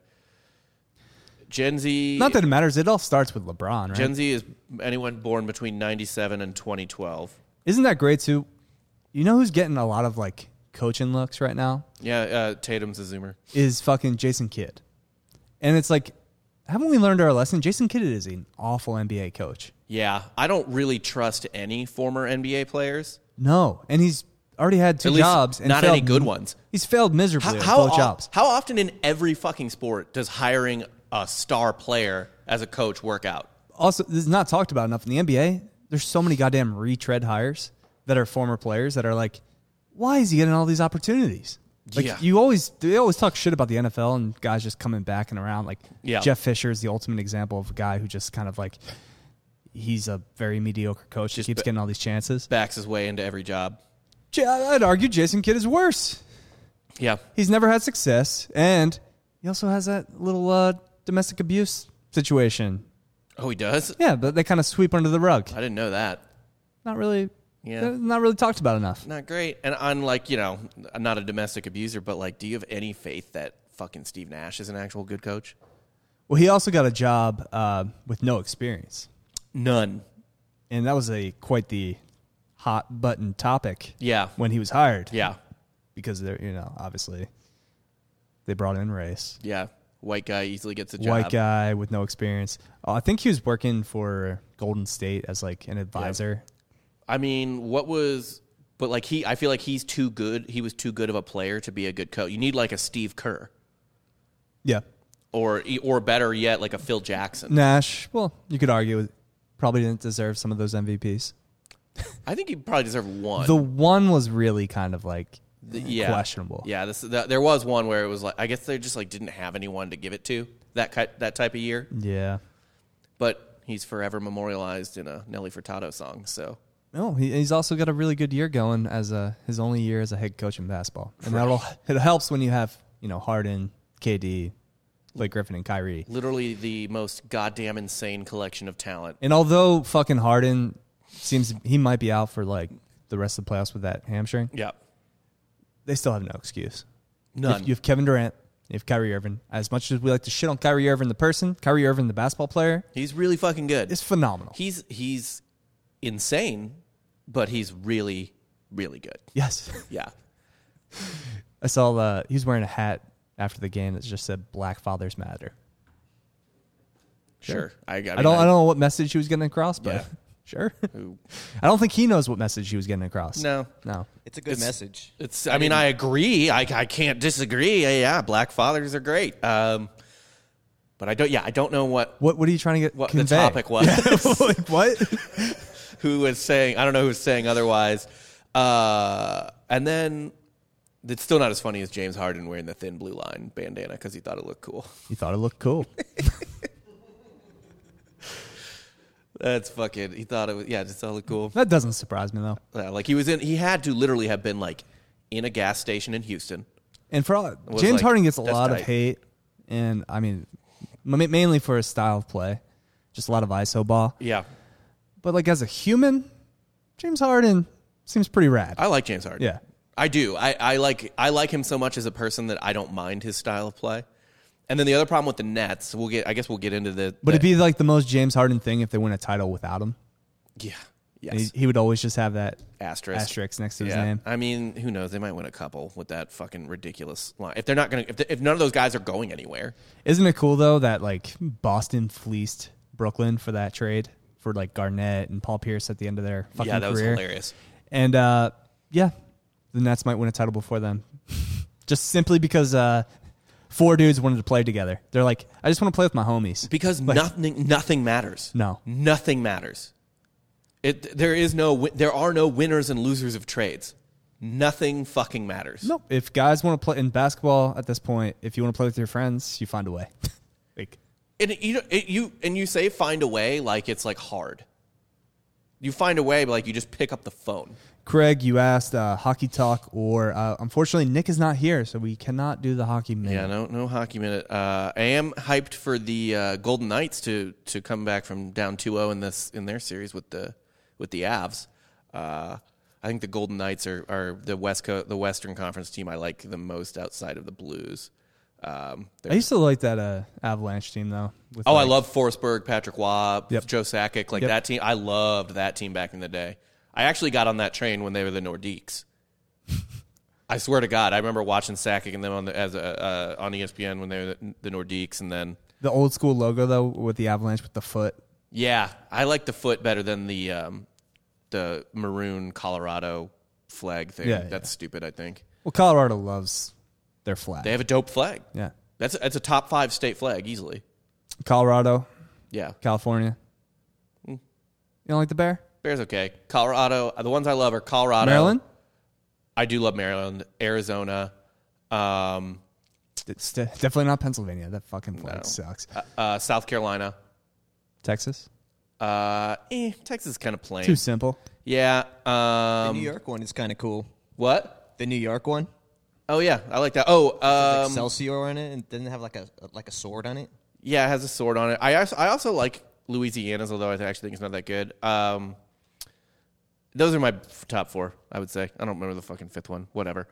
[SPEAKER 1] Gen Z.
[SPEAKER 2] Not that it matters. It all starts with LeBron, right?
[SPEAKER 1] Gen Z is anyone born between '97 and 2012.
[SPEAKER 2] Isn't that great too? You know who's getting a lot of like coaching looks right now
[SPEAKER 1] Yeah, uh, Tatum's a Zoomer.
[SPEAKER 2] is fucking Jason Kidd, and it's like, haven't we learned our lesson? Jason Kidd is an awful NBA coach.
[SPEAKER 1] Yeah, I don't really trust any former NBA players.
[SPEAKER 2] No, and he's already had two
[SPEAKER 1] At least
[SPEAKER 2] jobs and
[SPEAKER 1] not any
[SPEAKER 2] failed-
[SPEAKER 1] good ones.
[SPEAKER 2] He's failed miserably
[SPEAKER 1] How,
[SPEAKER 2] at
[SPEAKER 1] how,
[SPEAKER 2] both
[SPEAKER 1] of-
[SPEAKER 2] jobs.
[SPEAKER 1] how often in every fucking sport does hiring a star player as a coach work out?
[SPEAKER 2] Also, this is not talked about enough in the NBA. There's so many goddamn retread hires that are former players that are like, why is he getting all these opportunities? Like
[SPEAKER 1] Yeah.
[SPEAKER 2] you always, they always talk shit about the NFL and guys just coming back and around. Like
[SPEAKER 1] Yeah.
[SPEAKER 2] Jeff Fisher is the ultimate example of a guy who just kind of like, he's a very mediocre coach. He keeps
[SPEAKER 1] ba-
[SPEAKER 2] getting all these chances.
[SPEAKER 1] Backs his way into every job.
[SPEAKER 2] J- I'd argue Jason Kidd is worse.
[SPEAKER 1] Yeah,
[SPEAKER 2] he's never had success, and he also has that little uh, domestic abuse situation.
[SPEAKER 1] Oh, he does?
[SPEAKER 2] Yeah, but they kind of sweep under the rug.
[SPEAKER 1] I didn't know that.
[SPEAKER 2] Not really.
[SPEAKER 1] Yeah.
[SPEAKER 2] they're Not really talked about enough.
[SPEAKER 1] Not great. And I'm like, you know, I'm not a domestic abuser, but like, do you have any faith that fucking Steve Nash is an actual good coach?
[SPEAKER 2] Well, he also got a job uh, with no experience,
[SPEAKER 1] None.
[SPEAKER 2] and that was a quite the hot button topic.
[SPEAKER 1] Yeah.
[SPEAKER 2] When he was hired.
[SPEAKER 1] Yeah.
[SPEAKER 2] Because they're you know obviously they brought in race.
[SPEAKER 1] Yeah. White guy easily gets a job.
[SPEAKER 2] White guy with no experience. Uh, I think he was working for Golden State as like an advisor.
[SPEAKER 1] I mean, what was, but like, he, I feel like he's too good. He was too good of a player to be a good coach. You need like a Steve Kerr
[SPEAKER 2] Yeah.
[SPEAKER 1] or, e, or better yet, like a Phil Jackson.
[SPEAKER 2] Nash, well, you could argue probably didn't deserve some of those MVPs.
[SPEAKER 1] I think he probably deserved one.
[SPEAKER 2] The one was really kind of like
[SPEAKER 1] The- yeah.
[SPEAKER 2] questionable.
[SPEAKER 1] Yeah. This, the, there was one where it was like, I guess they just like didn't have anyone to give it to that, ki- that type of year.
[SPEAKER 2] Yeah.
[SPEAKER 1] but he's forever memorialized in a Nelly Furtado song. So
[SPEAKER 2] No, he, he's also got a really good year going as a his only year as a head coach in basketball, and that'll it helps when you have you know Harden, KD, Blake Griffin, and Kyrie.
[SPEAKER 1] literally the most goddamn insane collection of talent.
[SPEAKER 2] And although fucking Harden seems he might be out for like the rest of the playoffs with that hamstring,
[SPEAKER 1] Yeah,
[SPEAKER 2] they still have no excuse.
[SPEAKER 1] none.
[SPEAKER 2] If you have Kevin Durant, you have Kyrie Irving. As much as we like to shit on Kyrie Irving, the person, Kyrie Irving, the basketball player,
[SPEAKER 1] he's really fucking good.
[SPEAKER 2] is phenomenal.
[SPEAKER 1] He's he's insane, but he's really really good.
[SPEAKER 2] Yes.
[SPEAKER 1] Yeah,
[SPEAKER 2] I saw uh, he was wearing a hat after the game that just said Black Fathers Matter.
[SPEAKER 1] sure. I, I, mean,
[SPEAKER 2] I, don't I don't know what message he was getting across, but
[SPEAKER 1] Yeah.
[SPEAKER 2] sure.
[SPEAKER 1] Who-
[SPEAKER 2] I don't think he knows what message he was getting across.
[SPEAKER 1] No.
[SPEAKER 2] No.
[SPEAKER 3] It's a good message.
[SPEAKER 1] It's. I, mean, I agree. I, I can't disagree. Yeah, black fathers are great. Um, but I don't. Yeah, I don't know what
[SPEAKER 2] What what are you trying to get
[SPEAKER 1] what
[SPEAKER 2] convey?
[SPEAKER 1] the topic was.
[SPEAKER 2] like, what?
[SPEAKER 1] who was saying I don't know who was saying otherwise. Uh, and then it's still not as funny as James Harden wearing the thin blue line bandana because he thought it looked cool.
[SPEAKER 2] He thought it looked cool.
[SPEAKER 1] That's fucking. He thought it was yeah, it just thought it looked cool.
[SPEAKER 2] That doesn't surprise me though.
[SPEAKER 1] Yeah, like he was in. He had to literally have been like in a gas station in Houston.
[SPEAKER 2] And for all, James
[SPEAKER 1] like,
[SPEAKER 2] Harden gets a
[SPEAKER 1] that's
[SPEAKER 2] lot
[SPEAKER 1] tight.
[SPEAKER 2] of hate, and I mean, ma- mainly for his style of play, just a lot of iso ball.
[SPEAKER 1] Yeah,
[SPEAKER 2] But like as a human, James Harden seems pretty rad.
[SPEAKER 1] I like James Harden.
[SPEAKER 2] Yeah.
[SPEAKER 1] I do. I, I like I like him so much as a person that I don't mind his style of play. And then the other problem with the Nets, we'll get. I guess we'll get into the.
[SPEAKER 2] But it'd
[SPEAKER 1] the-
[SPEAKER 2] be like the most James Harden thing if they win a title without him.
[SPEAKER 1] yeah, yes,
[SPEAKER 2] And He, he would always just have that
[SPEAKER 1] asterisk.
[SPEAKER 2] asterisk next to his
[SPEAKER 1] Yeah.
[SPEAKER 2] name.
[SPEAKER 1] I mean, who knows? They might win a couple with that fucking ridiculous line. If they're not gonna, if, the, if none of those guys are going anywhere,
[SPEAKER 2] Isn't it cool though that like Boston fleeced Brooklyn for that trade for like Garnett and Paul Pierce at the end of their fucking
[SPEAKER 1] yeah, that was
[SPEAKER 2] career?
[SPEAKER 1] hilarious.
[SPEAKER 2] And uh, yeah, the Nets might win a title before them, just simply because uh, four dudes wanted to play together. They're like, I just want to play with my homies.
[SPEAKER 1] because nothing nothing matters.
[SPEAKER 2] No.
[SPEAKER 1] nothing matters. It there is no win- there are no winners and losers of trades. Nothing fucking matters.
[SPEAKER 2] nope. If guys want to play in basketball at this point, if you want to play with your friends, you find a way. like,
[SPEAKER 1] And it, you, it, you and you say find a way like it's like hard. You find a way, but like you just pick up the phone.
[SPEAKER 2] Craig, you asked uh, hockey talk, or uh, unfortunately Nick is not here, so we cannot do the hockey minute.
[SPEAKER 1] Yeah, no, no hockey minute. Uh, I am hyped for the uh, Golden Knights to to come back from down 2-0 in this in their series with the with the Avs. Uh, I think the Golden Knights are, are the West Co- the Western Conference team I like the most outside of the Blues. Um, they're-
[SPEAKER 2] I used to like that uh, Avalanche team though. With,
[SPEAKER 1] oh, I
[SPEAKER 2] like-
[SPEAKER 1] love Forsberg, Patrick Waugh,
[SPEAKER 2] Yep.
[SPEAKER 1] Joe Sakic, like
[SPEAKER 2] Yep.
[SPEAKER 1] that team. I loved that team back in the day. I actually got on that train when they were the Nordiques. I swear to God, I remember watching Sakic and them on the, as a, uh, on ESPN when they were the, the Nordiques, and then
[SPEAKER 2] the old school logo though with the Avalanche with the foot.
[SPEAKER 1] Yeah, I like the foot better than the um, the maroon Colorado flag thing.
[SPEAKER 2] Yeah, yeah.
[SPEAKER 1] That's stupid. I think
[SPEAKER 2] Well, Colorado loves their flag.
[SPEAKER 1] they have a dope flag.
[SPEAKER 2] yeah,
[SPEAKER 1] That's that's a top five state flag easily.
[SPEAKER 2] Colorado,
[SPEAKER 1] Yeah,
[SPEAKER 2] California.
[SPEAKER 1] Hmm.
[SPEAKER 2] You don't like the bear?
[SPEAKER 1] Bears okay. Colorado. The ones I love are Colorado,
[SPEAKER 2] Maryland.
[SPEAKER 1] I do love Maryland, Arizona. Um,
[SPEAKER 2] It's de- definitely not Pennsylvania. That fucking flag
[SPEAKER 1] No.
[SPEAKER 2] sucks.
[SPEAKER 1] uh, uh, South Carolina.
[SPEAKER 2] Texas.
[SPEAKER 1] Uh, eh, Texas is kind of plain.
[SPEAKER 2] Too simple.
[SPEAKER 1] Yeah. Um,
[SPEAKER 3] the New York one is kind of cool.
[SPEAKER 1] What?
[SPEAKER 3] The New York one,
[SPEAKER 1] Oh yeah, I like that. Oh,
[SPEAKER 3] like
[SPEAKER 1] um,
[SPEAKER 3] Excelsior on it, and doesn't it have like a like a sword on it.
[SPEAKER 1] Yeah, it has a sword on it. I also, I also like Louisiana's, although I actually think it's not that good. Um, those are my f- top four, I would say. I don't remember the fucking fifth one. Whatever.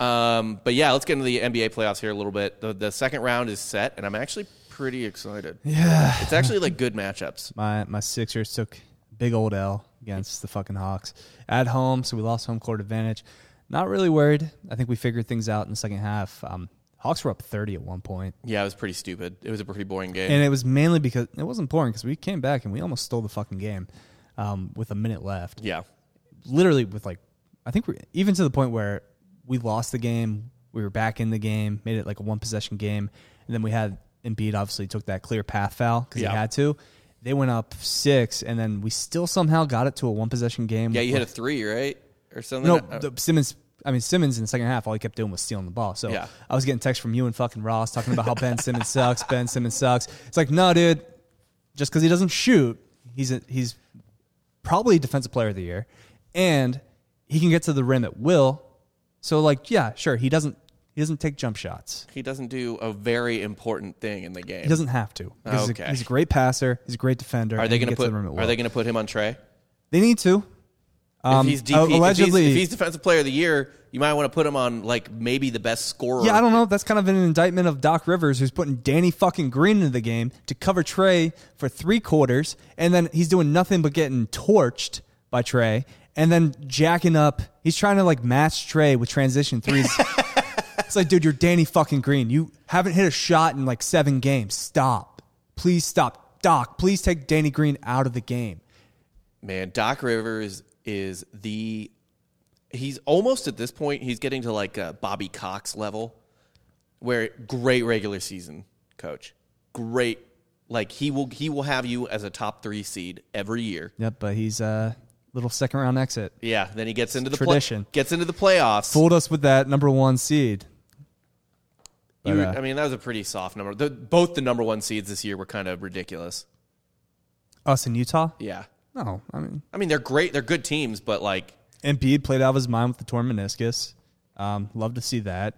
[SPEAKER 1] Um, but yeah, let's get into the NBA playoffs here a little bit. The, the second round is set, and I'm actually pretty excited.
[SPEAKER 2] Yeah.
[SPEAKER 1] It's actually like good matchups.
[SPEAKER 2] My my Sixers took big old L against the fucking Hawks at home, so we lost home court advantage. Not really worried. I think we figured things out in the second half. Um, Hawks were up thirty at one point,
[SPEAKER 1] Yeah, it was pretty stupid. It was a pretty boring game.
[SPEAKER 2] and it was mainly because it wasn't boring because we came back and we almost stole the fucking game um, with a minute left.
[SPEAKER 1] yeah.
[SPEAKER 2] Literally with like, I think we even to the point where we lost the game. We were back in the game, made it like a one possession game, and then we had Embiid obviously took that clear path foul because
[SPEAKER 1] Yeah.
[SPEAKER 2] he had to. They went up six, and then we still somehow got it to a one possession game.
[SPEAKER 1] Yeah, you hit a three, right? Or something?
[SPEAKER 2] No,
[SPEAKER 1] Uh,
[SPEAKER 2] the Simmons. I mean Simmons in the second half, all he kept doing was stealing the ball. So
[SPEAKER 1] Yeah.
[SPEAKER 2] I was getting texts from you and fucking Ross talking about how Ben Simmons sucks. Ben Simmons sucks. It's like no, dude. Just because he doesn't shoot, he's a, he's probably defensive player of the year, and he can get to the rim at will. So like, yeah, sure, he doesn't he doesn't take jump shots.
[SPEAKER 1] he doesn't do a very important thing in the game.
[SPEAKER 2] He doesn't have to. He's,
[SPEAKER 1] Okay.
[SPEAKER 2] a, he's a great passer. He's a great defender.
[SPEAKER 1] are they going to
[SPEAKER 2] to
[SPEAKER 1] put?
[SPEAKER 2] the rim at will.
[SPEAKER 1] Are they going to put him on Trey?
[SPEAKER 2] They need to. Um,
[SPEAKER 1] if he's DP, if he's-
[SPEAKER 2] allegedly,
[SPEAKER 1] if he's, defensive player of the year, you might want to put him on like maybe the best scorer.
[SPEAKER 2] Yeah, I don't know. That's kind of an indictment of Doc Rivers, who's putting Danny fucking Green into the game to cover Trey for three quarters, and then he's doing nothing but getting torched by Trey, and then jacking up. He's trying to like match Trey with transition threes. it's like, dude, you're Danny fucking Green. You haven't hit a shot in like seven games. Stop. Please stop. Doc, please take Danny Green out of the game.
[SPEAKER 1] man. Doc Rivers is the he's almost at this point. He's getting to like a Bobby Cox level, where great regular season coach, great like he will he will have you as a top three seed every year.
[SPEAKER 2] Yep, but he's a little second round exit.
[SPEAKER 1] Yeah, then he gets into the
[SPEAKER 2] Tradition.
[SPEAKER 1] Play, gets into the playoffs.
[SPEAKER 2] Fooled us with that number one seed.
[SPEAKER 1] You-
[SPEAKER 2] But, uh,
[SPEAKER 1] I mean, that was a pretty soft number. The, both the number one seeds this year were kind of ridiculous.
[SPEAKER 2] Us in Utah?
[SPEAKER 1] Yeah,
[SPEAKER 2] No, I mean
[SPEAKER 1] I mean they're great. They're good teams, but like
[SPEAKER 2] Embiid played out of his mind with the torn meniscus. Um, love to see that.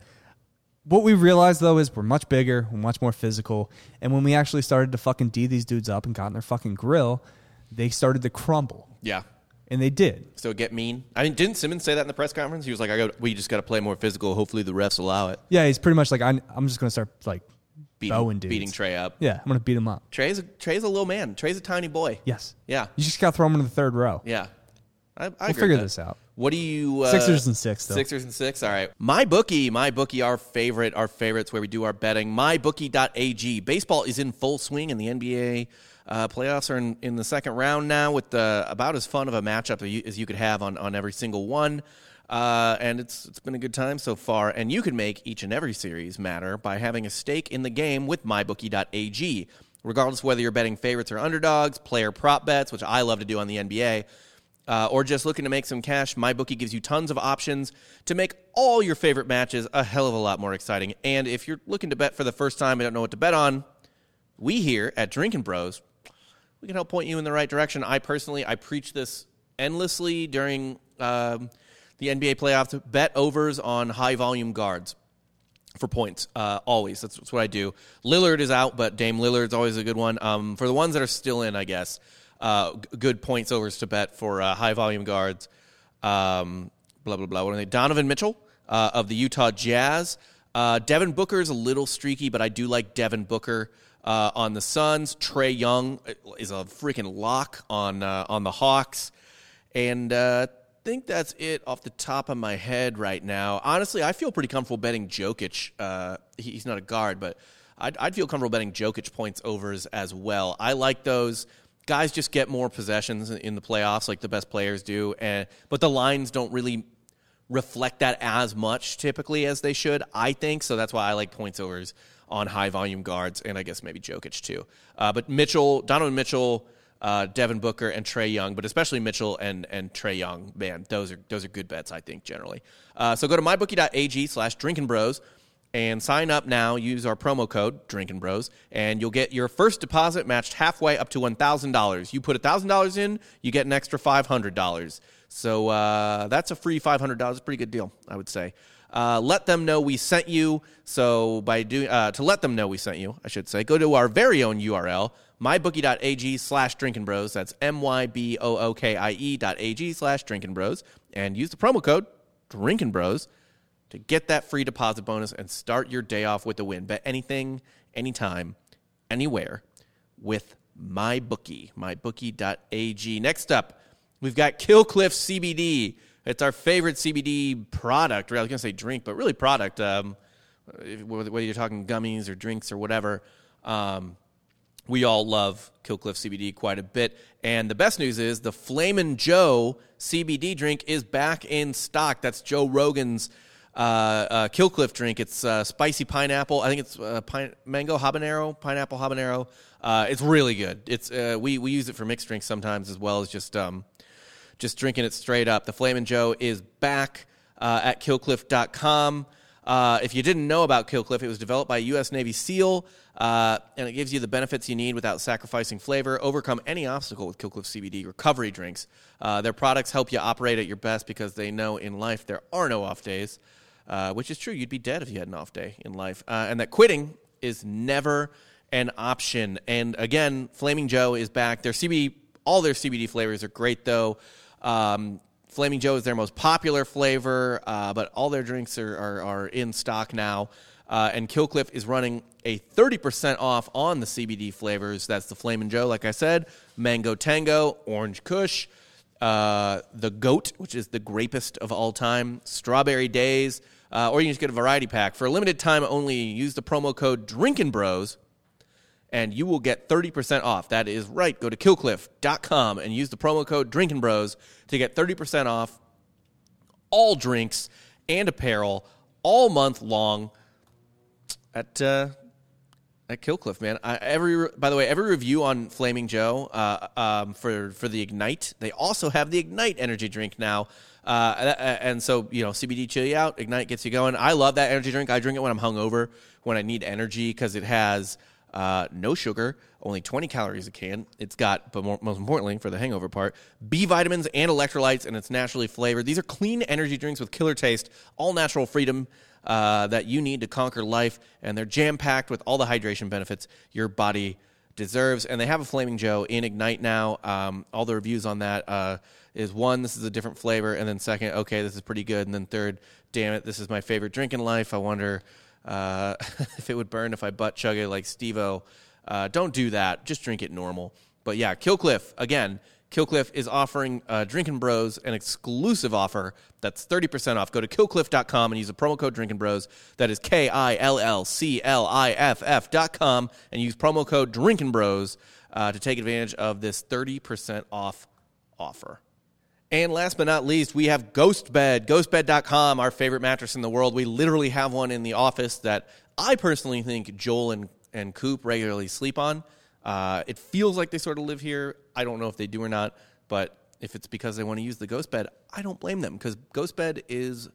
[SPEAKER 2] What we realized though is we're much bigger, we're much more physical, and when we actually started to fucking d these dudes up and got in their fucking grill, they started to crumble.
[SPEAKER 1] yeah.
[SPEAKER 2] and they did.
[SPEAKER 1] So get mean. I mean, didn't Simmons say that in the press conference? He was like, "I got, we just got to play more physical. Hopefully, the refs allow it."
[SPEAKER 2] Yeah, he's pretty much like I'm. I'm just gonna start like
[SPEAKER 1] Beating,
[SPEAKER 2] bowing dudes.
[SPEAKER 1] beating Trey up.
[SPEAKER 2] Yeah, I'm gonna beat him up.
[SPEAKER 1] Trey's a, Trey's a little man. Trey's a tiny boy.
[SPEAKER 2] Yes.
[SPEAKER 1] Yeah.
[SPEAKER 2] You just gotta throw him into the third row.
[SPEAKER 1] Yeah. I, I agree with
[SPEAKER 2] figure
[SPEAKER 1] that.
[SPEAKER 2] this out.
[SPEAKER 1] What do you uh,
[SPEAKER 2] Sixers and six, though.
[SPEAKER 1] Sixers and six. All right. My bookie, my bookie, our favorite, our favorites, where we do our betting. MyBookie.ag. Baseball is in full swing, and the NBA uh, playoffs are in, in the second round now, with uh, about as fun of a matchup as you, as you could have on on every single one. Uh, and it's it's been a good time so far. And you can make each and every series matter by having a stake in the game with MyBookie.ag. Regardless of whether you're betting favorites or underdogs, player prop bets, which I love to do on the NBA uh, or just looking to make some cash, MyBookie gives you tons of options to make all your favorite matches a hell of a lot more exciting. And if you're looking to bet for the first time and don't know what to bet on, we here at Drinking Bros, we can help point you in the right direction. I personally, I preach this endlessly during um, the NBA playoffs. Bet overs on high volume guards for points. Uh, always. That's, that's what I do. Lillard is out, but Dame Lillard's always a good one. Um, for the ones that are still in, I guess, uh, g- good points overs to bet for uh, high volume guards. Um, blah, blah, blah. What are they? Donovan Mitchell uh, of the Utah Jazz. Uh, Devin Booker is a little streaky, but I do like Devin Booker. Uh, on the Suns, Trey Young uh, is a freaking lock on uh, on the Hawks. And uh, I think that's it off the top of my head right now. Honestly, I feel pretty comfortable betting Jokic. Uh, he- he's not a guard, but I'd, I'd feel comfortable betting Jokic points overs as well. I like those. Guys just get more possessions in- in the playoffs, like the best players do, and but the lines don't really reflect that as much typically as they should, I think. So that's why I like points overs on high volume guards and I guess maybe Jokic too. Uh, but Mitchell, Donovan Mitchell, uh, Devin Booker, and Trey Young, but especially Mitchell and and Trey Young, man, those are those are good bets I think generally. Uh, so go to mybookie.ag slash Drinking Bros and sign up now. Use our promo code Drinking Bros, and you'll get your first deposit matched halfway up to one thousand dollars. You put thousand dollars in, you get an extra five hundred dollars. So uh, that's a free five hundred dollars. Pretty good deal, I would say. Uh, let them know we sent you. So by doing uh, to let them know we sent you, I should say, go to our very own URL mybookie.ag slash drinking bros. That's m y b o o k i e dot a g slash drinking bros, and use the promo code drinking bros to get that free deposit bonus and start your day off with a win. Bet anything, anytime, anywhere with MyBookie, mybookie.ag. Next up, we've got Killcliff CBD. It's our favorite CBD product. Really, I was going to say drink, but really product. Um, if- whether whether you're talking gummies or drinks or whatever, um, we all love Killcliff CBD quite a bit. And the best news is the Flamin' Joe CBD drink is back in stock. That's Joe Rogan's uh, uh, Killcliff drink. It's uh, spicy pineapple. I think it's uh, pine- mango habanero, pineapple habanero. Uh, it's really good. It's uh, we we use it for mixed drinks sometimes as well as just um, just drinking it straight up. The Flamin' Joe is back uh, at killcliff.com. Uh, if you didn't know about Killcliff, it was developed by a U.S. Navy SEAL, uh, and it gives you the benefits you need without sacrificing flavor. Overcome any obstacle with Killcliff CBD recovery drinks. Uh, their products help you operate at your best because they know in life there are no off days, uh, which is true. You'd be dead if you had an off day in life, uh, and that quitting is never an option. And again, Flaming Joe is back. Their CBD, all their CBD flavors are great though. Um, Flaming Joe is their most popular flavor, uh, but all their drinks are, are, are in stock now. Uh, and Killcliff is running a 30% off on the CBD flavors. That's the Flamin' Joe, like I said, Mango Tango, Orange Kush, uh, the goat, which is the grapest of all time, strawberry days, uh, or you can just get a variety pack for a limited time only. Use the promo code Drinkin' Bros, and you will get 30% off. That is right. Go to killcliff.com and use the promo code Drinkin' Bros to get 30% off all drinks and apparel all month long at uh, at Killcliff, man. I, every by the way, every review on Flaming Joe uh, um, for for the Ignite, they also have the Ignite energy drink now. Uh, a- a- and so you know, CBD chill you out, Ignite gets you going. I love that energy drink. I drink it when I'm hungover, when I need energy, because it has uh, no sugar, only 20 calories a can. It's got, but more, most importantly for the hangover part, B vitamins and electrolytes, and it's naturally flavored. These are clean energy drinks with killer taste, all natural freedom uh, that you need to conquer life, and they're jam packed with all the hydration benefits your body deserves. And they have a Flaming Joe in Ignite now. Um, all the reviews on that uh, is one, this is a different flavor, and then second, okay, this is pretty good, and then third, damn it, this is my favorite drink in life. I wonder uh, if it would burn if I butt chug it like Stevo. Uh, don't do that. Just drink it normal. But yeah, Killcliff again. Killcliff is offering uh, Drinking Bros an exclusive offer that's 30% off. Go to killcliff.com and use the promo code Drinking Bros. That is K I L L C L I F F.com and use promo code Drinking Bros uh, to take advantage of this 30% off offer. And last but not least, we have Ghostbed, ghostbed.com, our favorite mattress in the world. We literally have one in the office that I personally think Joel and, and Coop regularly sleep on. Uh, it feels like they sort of live here. I don't know if they do or not, but if it's because they want to use the ghost bed, I don't blame them because ghost bed is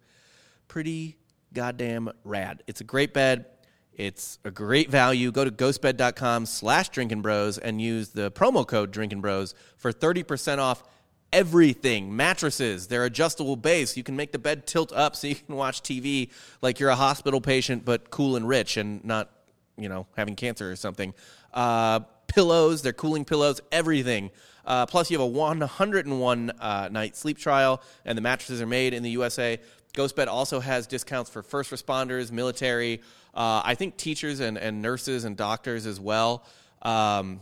[SPEAKER 1] pretty goddamn rad. It's a great bed. It's a great value. Go to ghostbed.com slash drinking bros and use the promo code drinking bros for 30% off everything mattresses, their adjustable base. You can make the bed tilt up so you can watch TV like you're a hospital patient, but cool and rich and not, you know, having cancer or something. Uh, pillows, their cooling pillows, everything. Uh, plus, you have a 101 uh, night sleep trial, and the mattresses are made in the USA. Ghostbed also has discounts for first responders, military, uh, I think teachers and, and nurses and doctors as well. Um,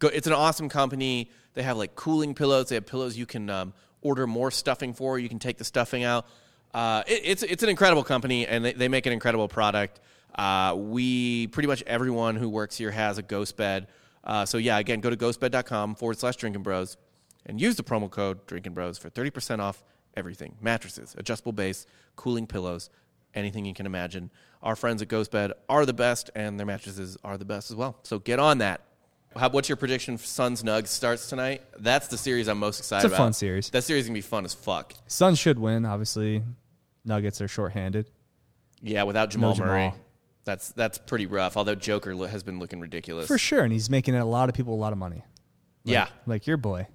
[SPEAKER 1] go, it's an awesome company. They have like cooling pillows. They have pillows you can um, order more stuffing for. You can take the stuffing out. Uh, it, it's it's an incredible company, and they, they make an incredible product. Uh, we pretty much everyone who works here has a ghost bed. Uh, so yeah, again, go to ghostbed.com forward slash drinking bros and use the promo code drinking bros for 30% off everything mattresses adjustable base cooling pillows anything you can imagine our friends at ghostbed are the best and their mattresses are the best as well so get on that How, what's your prediction for suns nugs starts tonight that's the series i'm most excited
[SPEAKER 2] It's a
[SPEAKER 1] about
[SPEAKER 2] fun series.
[SPEAKER 1] that series is gonna be fun as fuck
[SPEAKER 2] Suns should win, obviously. Nuggets are shorthanded.
[SPEAKER 1] yeah without jamal,
[SPEAKER 2] Jamal.
[SPEAKER 1] murray that's that's pretty rough although joker lo- has been looking ridiculous
[SPEAKER 2] For sure, and he's making a lot of people a lot of money.
[SPEAKER 1] yeah
[SPEAKER 2] Like your boy.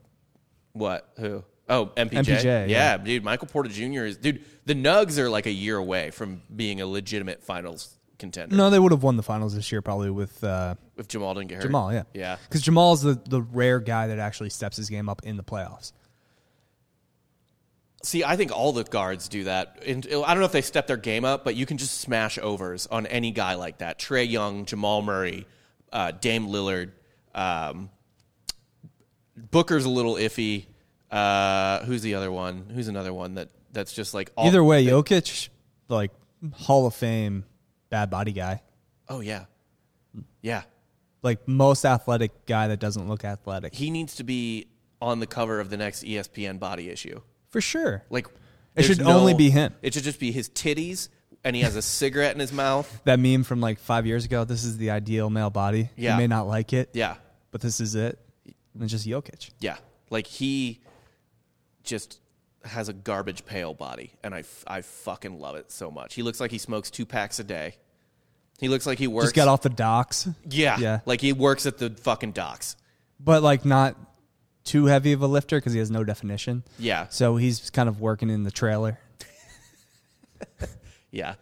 [SPEAKER 1] What? Who? Oh, MPJ.
[SPEAKER 2] MPJ,
[SPEAKER 1] yeah.
[SPEAKER 2] yeah.
[SPEAKER 1] dude. Michael Porter Jr. is dude. The Nugs are like a year away from being a legitimate Finals contender.
[SPEAKER 2] No, they would have won the finals this year probably with uh,
[SPEAKER 1] If Jamal didn't get hurt.
[SPEAKER 2] Jamal, yeah.
[SPEAKER 1] Yeah.
[SPEAKER 2] Because Jamal's the, the rare guy that actually steps his game up in the playoffs.
[SPEAKER 1] See, I think all the guards do that. And uh, I don't know if they step their game up, but you can just smash overs on any guy like that. Trey Young, Jamal Murray, uh, Dame Lillard. Um, Booker's a little iffy. Uh, who's the other one? Who's another one that that's just like all,
[SPEAKER 2] Either way, Jokic, like Hall of Fame, bad body guy.
[SPEAKER 1] Oh yeah, yeah.
[SPEAKER 2] Like most athletic guy that doesn't look athletic.
[SPEAKER 1] he needs to be on the cover of the next E ESPN body issue.
[SPEAKER 2] For sure.
[SPEAKER 1] Like
[SPEAKER 2] It
[SPEAKER 1] there's
[SPEAKER 2] should only be him.
[SPEAKER 1] It should just be his titties and he has a cigarette in his mouth.
[SPEAKER 2] that meme from like five years ago, this is the ideal male body.
[SPEAKER 1] Yeah.
[SPEAKER 2] You may not like it,
[SPEAKER 1] Yeah.
[SPEAKER 2] but this is it. And it's just Jokic.
[SPEAKER 1] Yeah. Like he just has a garbage pail body and I, f- I fucking love it so much. He looks like he smokes two packs a day. He looks like he works
[SPEAKER 2] Just got off the docks.
[SPEAKER 1] yeah,
[SPEAKER 2] Yeah.
[SPEAKER 1] Like he works at the fucking docks.
[SPEAKER 2] but like not too heavy of a lifter because he has no definition.
[SPEAKER 1] Yeah.
[SPEAKER 2] So he's kind of working in the trailer.
[SPEAKER 1] Yeah.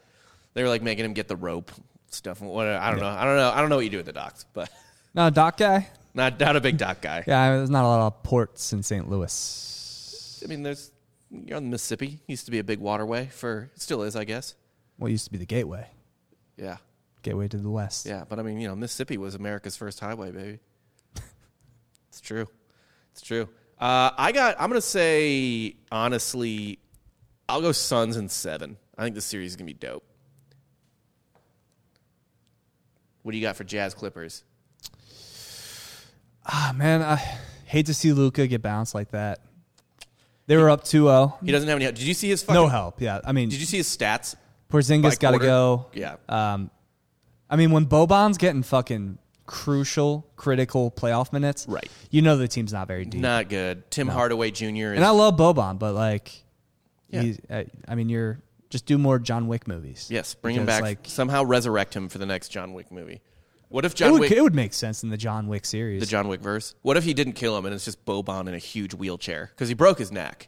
[SPEAKER 1] They were like making him get the rope stuff. What I don't know. I don't know. I don't know what you do at the docks, but
[SPEAKER 2] Not a dock guy.
[SPEAKER 1] not not a big dock guy.
[SPEAKER 2] Yeah, there's not a lot of ports in St. Louis.
[SPEAKER 1] I mean, there's you're on the Mississippi. Used to be a big waterway for, still is, I guess.
[SPEAKER 2] What used to be the gateway,
[SPEAKER 1] Yeah,
[SPEAKER 2] gateway to the west.
[SPEAKER 1] yeah. But I mean, you know, Mississippi was America's first highway, baby. it's true. It's true. Uh, I got. I'm gonna say honestly, I'll go Suns in seven. I think this series is gonna be dope. What do you got for Jazz Clippers?
[SPEAKER 2] Ah, man, I hate to see Luca get bounced like that. They were up 2-0.
[SPEAKER 1] He doesn't have any. Did you see his fucking?
[SPEAKER 2] No help. Yeah, I mean,
[SPEAKER 1] Did you see his stats?
[SPEAKER 2] Porzingis
[SPEAKER 1] By
[SPEAKER 2] got to
[SPEAKER 1] quarter?
[SPEAKER 2] go.
[SPEAKER 1] Yeah.
[SPEAKER 2] Um, I mean, when Boban's getting fucking crucial, critical playoff minutes,
[SPEAKER 1] Right.
[SPEAKER 2] You know the team's not very deep.
[SPEAKER 1] Not good. Tim Hardaway Jr. is
[SPEAKER 2] And I love Boban, but like,
[SPEAKER 1] Yeah.
[SPEAKER 2] he's, I, I mean, you're just do more John Wick movies.
[SPEAKER 1] Yes, bring him
[SPEAKER 2] Because,
[SPEAKER 1] back.
[SPEAKER 2] Like,
[SPEAKER 1] somehow resurrect him for the next John Wick movie. What if
[SPEAKER 2] it
[SPEAKER 1] John
[SPEAKER 2] would,
[SPEAKER 1] Wick,
[SPEAKER 2] it would make sense in the John Wick series.
[SPEAKER 1] the John Wick verse? What if he didn't kill him and it's just Boban in a huge wheelchair because he broke his neck?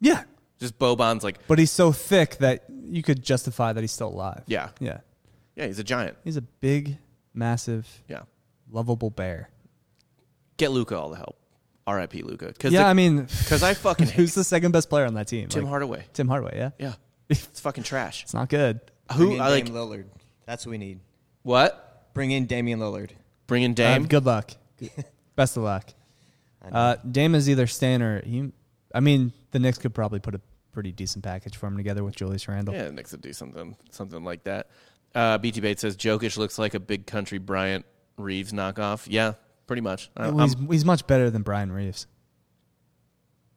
[SPEAKER 2] yeah,
[SPEAKER 1] Just Boban's like,
[SPEAKER 2] but he's so thick that you could justify that he's still alive.
[SPEAKER 1] Yeah.
[SPEAKER 2] yeah.
[SPEAKER 1] yeah, he's a giant.
[SPEAKER 2] He's a big, massive,
[SPEAKER 1] Yeah,
[SPEAKER 2] lovable bear.
[SPEAKER 1] Get Luca all the help. R.I.P. Luca. Because
[SPEAKER 2] Yeah, I mean,
[SPEAKER 1] because I fucking hate
[SPEAKER 2] who's the second best player on that team?
[SPEAKER 1] Tim
[SPEAKER 2] Like,
[SPEAKER 1] Hardaway.
[SPEAKER 2] Tim Hardaway, yeah.
[SPEAKER 1] Yeah, it's fucking trash.
[SPEAKER 2] It's not good. Uh,
[SPEAKER 1] Who
[SPEAKER 3] Bring in
[SPEAKER 1] I like?
[SPEAKER 3] Dame Lillard. That's what we need.
[SPEAKER 1] What?
[SPEAKER 3] Bring in Damian Lillard.
[SPEAKER 1] Bring in
[SPEAKER 2] Uh,
[SPEAKER 1] Dame.
[SPEAKER 2] good luck. Best of luck. Uh, Dame is either staying or he. I mean, the Knicks could probably put a pretty decent package for him together with Julius Randle.
[SPEAKER 1] Yeah, the Knicks would do something something like that. Uh, BT Bates says Jokic looks like a big country Bryant Reeves knockoff. Yeah, pretty much. I-
[SPEAKER 2] Well,
[SPEAKER 1] I'm-
[SPEAKER 2] he's, he's much better than Brian Reeves.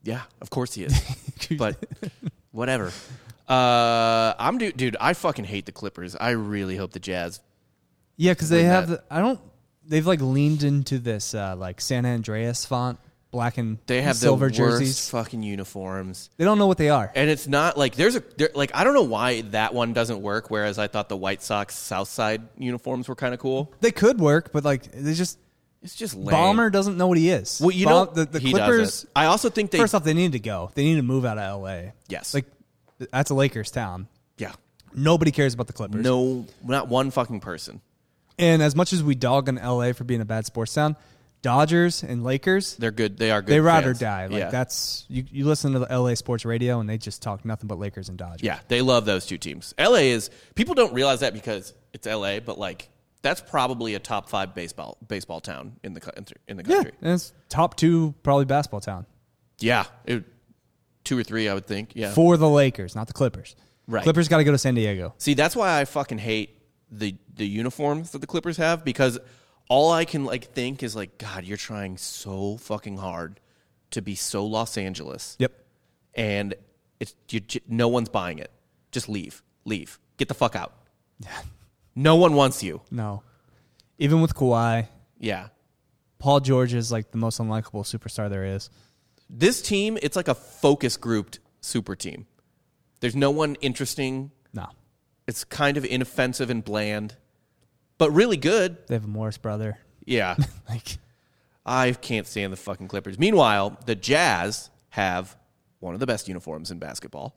[SPEAKER 1] yeah, of course he is. but whatever. Uh, I'm dude, dude. I fucking hate the Clippers. I really hope the Jazz.
[SPEAKER 2] Yeah, because they
[SPEAKER 1] Win
[SPEAKER 2] have. The,
[SPEAKER 1] that.
[SPEAKER 2] I don't. They've like leaned into this uh, like San Andreas font, black and
[SPEAKER 1] They have
[SPEAKER 2] silver
[SPEAKER 1] the worst
[SPEAKER 2] jerseys.
[SPEAKER 1] fucking uniforms.
[SPEAKER 2] They don't know what they are.
[SPEAKER 1] And it's not like there's a there, like I don't know why that one doesn't work. Whereas I thought the White Sox South Side uniforms were kind of cool.
[SPEAKER 2] They could work, but like they just
[SPEAKER 1] It's just lame.
[SPEAKER 2] Bomber doesn't know what he is.
[SPEAKER 1] Well, you
[SPEAKER 2] Bom-
[SPEAKER 1] know
[SPEAKER 2] the, the
[SPEAKER 1] he
[SPEAKER 2] Clippers.
[SPEAKER 1] doesn't. I also think they
[SPEAKER 2] first off, they need to go. They need to move out of L.A.
[SPEAKER 1] Yes.
[SPEAKER 2] like that's a Lakers town.
[SPEAKER 1] yeah.
[SPEAKER 2] Nobody cares about the Clippers.
[SPEAKER 1] No, not one fucking person.
[SPEAKER 2] And as much as we dog on L.A. for being a bad sports town, Dodgers and Lakers,
[SPEAKER 1] They're good. They are good.
[SPEAKER 2] they ride
[SPEAKER 1] fans.
[SPEAKER 2] or die. Like
[SPEAKER 1] yeah.
[SPEAKER 2] that's you. You listen to the L.A. sports radio, and they just talk nothing but Lakers and Dodgers.
[SPEAKER 1] Yeah, they love those two teams. LA is people don't realize that because it's LA, but like that's probably a top five baseball baseball town in the country. In the
[SPEAKER 2] yeah.
[SPEAKER 1] country,
[SPEAKER 2] And it's top two probably basketball town
[SPEAKER 1] yeah, It- two or three, I would think. Yeah,
[SPEAKER 2] for the Lakers, not the Clippers.
[SPEAKER 1] Right.
[SPEAKER 2] Clippers got to go to San Diego.
[SPEAKER 1] See, that's why I fucking hate the the uniforms that the Clippers have because all I can like think is like, God, you're trying so fucking hard to be so Los Angeles,
[SPEAKER 2] Yep.
[SPEAKER 1] and it's you, j- no one's buying it. Just leave, leave, get the fuck out. No one wants you.
[SPEAKER 2] No. Even with Kawhi,
[SPEAKER 1] Yeah,
[SPEAKER 2] Paul George is like the most unlikable superstar there is.
[SPEAKER 1] this team, it's like a focus grouped super team. There's no one interesting.
[SPEAKER 2] No.
[SPEAKER 1] It's kind of inoffensive and bland, but really good.
[SPEAKER 2] They have a Morris brother.
[SPEAKER 1] Yeah.
[SPEAKER 2] Like
[SPEAKER 1] I can't stand the fucking Clippers. Meanwhile, the Jazz have one of the best uniforms in basketball.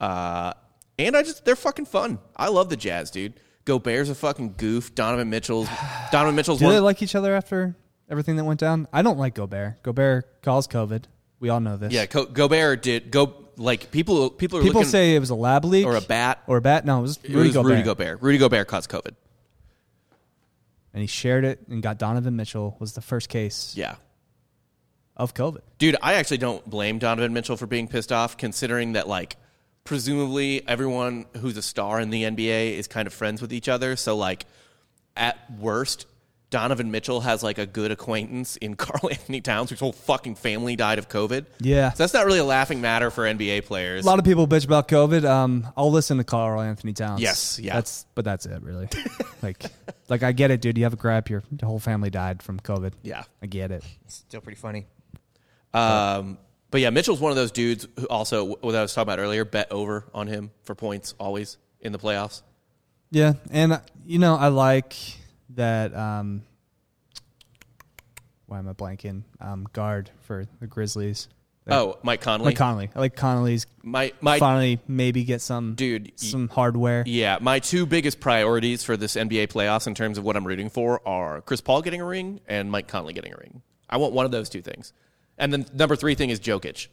[SPEAKER 1] Uh, and I just they're fucking fun. I love the Jazz, dude. Gobert's a fucking goof. Donovan Mitchell's Donovan Mitchell's
[SPEAKER 2] Do
[SPEAKER 1] one
[SPEAKER 2] they like each other after everything that went down? I don't like Gobert. Gobert caused COVID. We all know this.
[SPEAKER 1] Yeah, Co- Gobert did go like people people are
[SPEAKER 2] People
[SPEAKER 1] looking,
[SPEAKER 2] say it was a lab leak
[SPEAKER 1] Or a bat.
[SPEAKER 2] Or a bat. No, it was
[SPEAKER 1] it
[SPEAKER 2] Rudy
[SPEAKER 1] was
[SPEAKER 2] Gobert.
[SPEAKER 1] Rudy Gobert. Rudy Gobert caused COVID.
[SPEAKER 2] And he shared it and got Donovan Mitchell was the first case
[SPEAKER 1] Yeah.
[SPEAKER 2] of COVID.
[SPEAKER 1] Dude, I actually don't blame Donovan Mitchell for being pissed off, considering that like presumably everyone who's a star in the NBA is kind of friends with each other. So like at worst, Donovan Mitchell has like a good acquaintance in Carl Anthony Towns, whose whole fucking family died of COVID.
[SPEAKER 2] Yeah.
[SPEAKER 1] So that's not really a laughing matter for NBA players.
[SPEAKER 2] A lot of people bitch about COVID. Um, I'll listen to Carl Anthony Towns.
[SPEAKER 1] Yes, yeah.
[SPEAKER 2] That's but that's it really. like, like I get it, dude. You have a grip. Your whole family died from COVID.
[SPEAKER 1] Yeah.
[SPEAKER 2] I get it.
[SPEAKER 3] Still pretty funny.
[SPEAKER 1] um but yeah, Mitchell's one of those dudes who also what I was talking about earlier, bet over on him for points always in the playoffs.
[SPEAKER 2] Yeah, and uh, you know I like that. Um, why am I blanking? Um, guard for the Grizzlies.
[SPEAKER 1] Oh, Mike Conley.
[SPEAKER 2] Like Connolly. I like Connolly's
[SPEAKER 1] my my
[SPEAKER 2] finally maybe get some
[SPEAKER 1] Dude, y-
[SPEAKER 2] some hardware.
[SPEAKER 1] Yeah, my two biggest priorities for this NBA playoffs in terms of what I'm rooting for are Chris Paul getting a ring and Mike Conley getting a ring. I want one of those two things. And then number three thing is Jokic.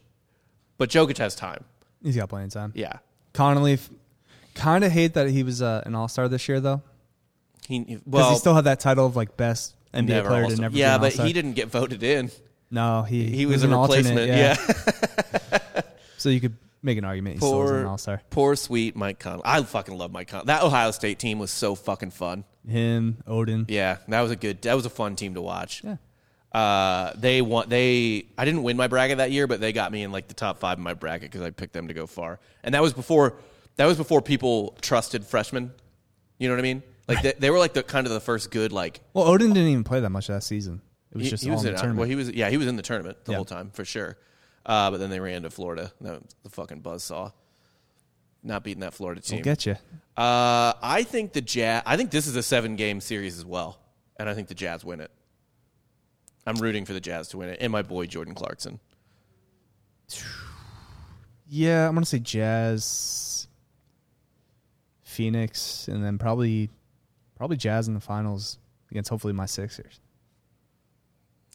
[SPEAKER 1] But Jokic has time.
[SPEAKER 2] He's got playing time.
[SPEAKER 1] Yeah.
[SPEAKER 2] Connolly, kind of hate that he was uh, an All Star this year though,
[SPEAKER 1] He
[SPEAKER 2] because
[SPEAKER 1] well
[SPEAKER 2] he still had that title of like best NBA
[SPEAKER 1] never
[SPEAKER 2] player
[SPEAKER 1] also-
[SPEAKER 2] to never.
[SPEAKER 1] Yeah,
[SPEAKER 2] be an
[SPEAKER 1] but
[SPEAKER 2] All-Star.
[SPEAKER 1] he didn't get voted in.
[SPEAKER 2] No, he
[SPEAKER 1] He was,
[SPEAKER 2] an
[SPEAKER 1] a replacement.
[SPEAKER 2] alternate,
[SPEAKER 1] yeah.
[SPEAKER 2] so you could make an argument. He still was an All Star.
[SPEAKER 1] poor sweet Mike Conley. I fucking love Mike Conley. That Ohio State team was so fucking fun.
[SPEAKER 2] Him, Odin.
[SPEAKER 1] Yeah, that was a good. That was a fun team to watch.
[SPEAKER 2] Yeah.
[SPEAKER 1] Uh, they want they. I didn't win my bracket that year, but they got me in like the top five in my bracket because I picked them to go far, and that was before that was before people trusted freshmen. You know what I mean? Like they, they were like the kind of the first good like.
[SPEAKER 2] Well, Odin didn't even play that much that season. It was just all in the
[SPEAKER 1] in-
[SPEAKER 2] tournament.
[SPEAKER 1] well, he was yeah he was in the tournament the
[SPEAKER 2] Yeah.
[SPEAKER 1] whole time for sure. Uh, but then they ran to Florida. That was the fucking buzzsaw. Not beating that Florida team.
[SPEAKER 2] We'll get you.
[SPEAKER 1] Uh, I think the Jazz. I think this is a seven game series as well, and I think the Jazz win it. I'm rooting for the Jazz to win it, and my boy Jordan Clarkson.
[SPEAKER 2] Yeah, I'm gonna say Jazz, Phoenix, and then probably, probably Jazz in the finals against hopefully my Sixers.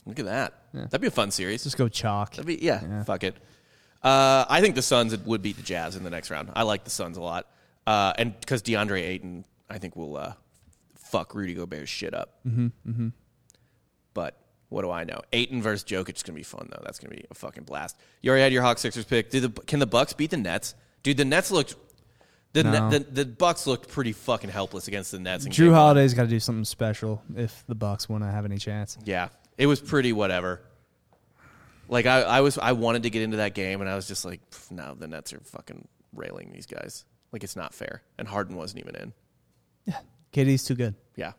[SPEAKER 1] Look at that. That'd be a fun series.
[SPEAKER 2] Just go chalk.
[SPEAKER 1] That'd be, yeah, fuck it. Uh, I think the Suns would beat the Jazz in the next round. I like the Suns a lot, uh, and because DeAndre Ayton, I think will uh, fuck Rudy Gobert's shit up. Mm-hmm, mm-hmm. But what do I know? Ayton versus Jokic is gonna be fun though. That's gonna be a fucking blast. You already had your Hawks Sixers pick. Did the, can the Bucks beat the Nets? Dude, the Nets looked. The,
[SPEAKER 2] No.
[SPEAKER 1] Net- the, the Bucks looked pretty fucking helpless against the Nets. in
[SPEAKER 2] Drew
[SPEAKER 1] game one.
[SPEAKER 2] Holiday's got to do something special if the Bucks want to have any chance.
[SPEAKER 1] Yeah, it was pretty whatever. Like I, I was, I wanted to get into that game, and I was just like, "Pff, no, the Nets are fucking railing these guys. Like it's not fair. And Harden wasn't even in.
[SPEAKER 2] KD's too good.
[SPEAKER 1] Yeah,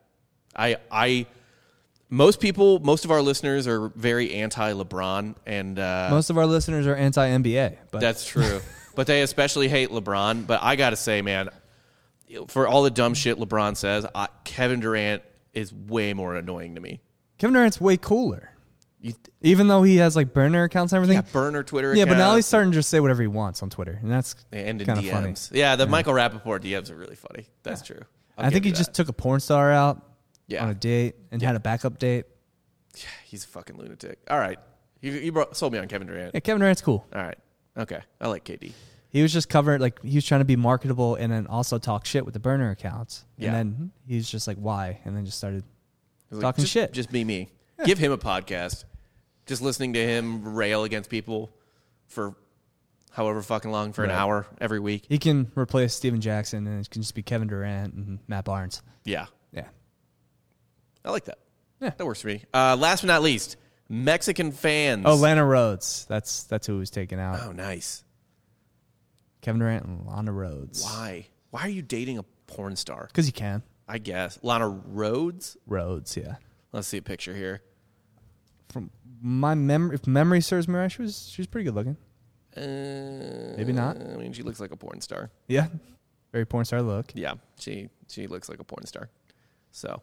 [SPEAKER 1] I, I, most people, most of our listeners are very anti LeBron, and uh,
[SPEAKER 2] Most of our listeners are anti NBA, but
[SPEAKER 1] that's true. but they especially hate LeBron. But I gotta say, man, for all the dumb shit LeBron says, I, Kevin Durant is way more annoying to me.
[SPEAKER 2] Kevin Durant's way cooler.
[SPEAKER 1] You,
[SPEAKER 2] Even though he has like burner accounts and everything.
[SPEAKER 1] yeah, burner Twitter.
[SPEAKER 2] Yeah, but now
[SPEAKER 1] account.
[SPEAKER 2] he's starting to just say whatever he wants on Twitter, and that's
[SPEAKER 1] and
[SPEAKER 2] kind
[SPEAKER 1] in
[SPEAKER 2] of
[SPEAKER 1] DMs.
[SPEAKER 2] funny.
[SPEAKER 1] Yeah, the Michael Rappaport DMs are really funny. That's true. I'll
[SPEAKER 2] I
[SPEAKER 1] give
[SPEAKER 2] think
[SPEAKER 1] you
[SPEAKER 2] he
[SPEAKER 1] that.
[SPEAKER 2] just took a porn star out
[SPEAKER 1] Yeah.
[SPEAKER 2] on a date and had a backup date.
[SPEAKER 1] he's a fucking lunatic. All right, you, you brought, sold me on Kevin Durant.
[SPEAKER 2] Yeah, Kevin Durant's cool.
[SPEAKER 1] All right, okay, I like KD.
[SPEAKER 2] He was just covering like he was trying to be marketable and then also talk shit with the burner accounts.
[SPEAKER 1] Yeah.
[SPEAKER 2] And then he's just like, why? And then just started
[SPEAKER 1] He's like,
[SPEAKER 2] talking
[SPEAKER 1] just,
[SPEAKER 2] shit.
[SPEAKER 1] Just be me. Give him a podcast. Just listening to him rail against people for however fucking long for an hour every week.
[SPEAKER 2] he can replace Steven Jackson and it can just be Kevin Durant and Matt Barnes.
[SPEAKER 1] Yeah,
[SPEAKER 2] Yeah.
[SPEAKER 1] I like that.
[SPEAKER 2] Yeah.
[SPEAKER 1] that works for me. Uh, last but not least, Mexican fans.
[SPEAKER 2] Oh, Lana Rhodes. That's that's who he was taking out.
[SPEAKER 1] oh, nice.
[SPEAKER 2] Kevin Durant and Lana Rhodes.
[SPEAKER 1] Why? Why are you dating a porn star?
[SPEAKER 2] Because you can.
[SPEAKER 1] I guess Lana Rhodes.
[SPEAKER 2] Rhodes, yeah.
[SPEAKER 1] Let's see a picture here.
[SPEAKER 2] From my mem if memory serves me right, she was she was pretty good looking.
[SPEAKER 1] Uh,
[SPEAKER 2] Maybe not.
[SPEAKER 1] I mean, she looks like a porn star.
[SPEAKER 2] Yeah. Very porn star look.
[SPEAKER 1] Yeah, she she looks like a porn star. So,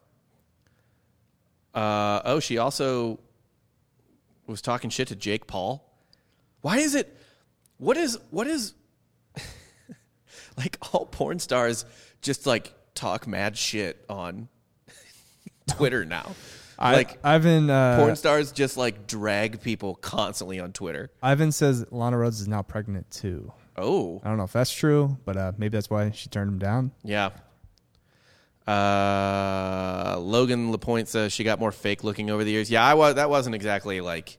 [SPEAKER 1] uh, oh, she also was talking shit to Jake Paul. Why is it? What is what is? like all porn stars just like talk mad shit on Twitter now. like
[SPEAKER 2] I, Ivan uh,
[SPEAKER 1] porn stars just like drag people constantly on Twitter.
[SPEAKER 2] Ivan says Lana Rhodes is now pregnant too.
[SPEAKER 1] Oh,
[SPEAKER 2] I don't know if that's true, but uh, maybe that's why she turned him down.
[SPEAKER 1] Yeah. Uh, Logan Lapointe says she got more fake looking over the years. Yeah, I was. That wasn't exactly like.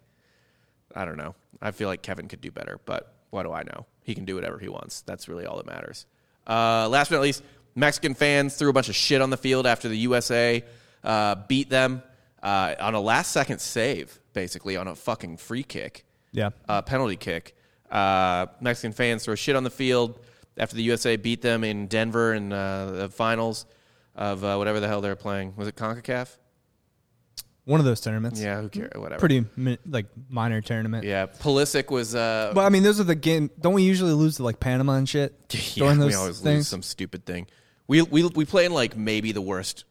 [SPEAKER 1] I don't know. I feel like Kevin could do better, but what do I know? He can do whatever he wants. That's really all that matters. Uh, last but not least, Mexican fans threw a bunch of shit on the field after the USA uh, beat them uh, on a last second save, basically on a fucking free kick
[SPEAKER 2] Yeah.
[SPEAKER 1] uh, penalty kick. Uh, Mexican fans throw shit on the field after the USA beat them in Denver in uh, the finals of uh, whatever the hell they're playing. Was it CONCACAF?
[SPEAKER 2] One of those tournaments.
[SPEAKER 1] Yeah, who cares? Whatever.
[SPEAKER 2] Pretty mi- like minor tournament.
[SPEAKER 1] Yeah, Pulisic was. Uh,
[SPEAKER 2] But I mean, those are the game. Don't we usually lose to like Panama and shit?
[SPEAKER 1] yeah,
[SPEAKER 2] during
[SPEAKER 1] we always lose some stupid thing. We we we play in like maybe the worst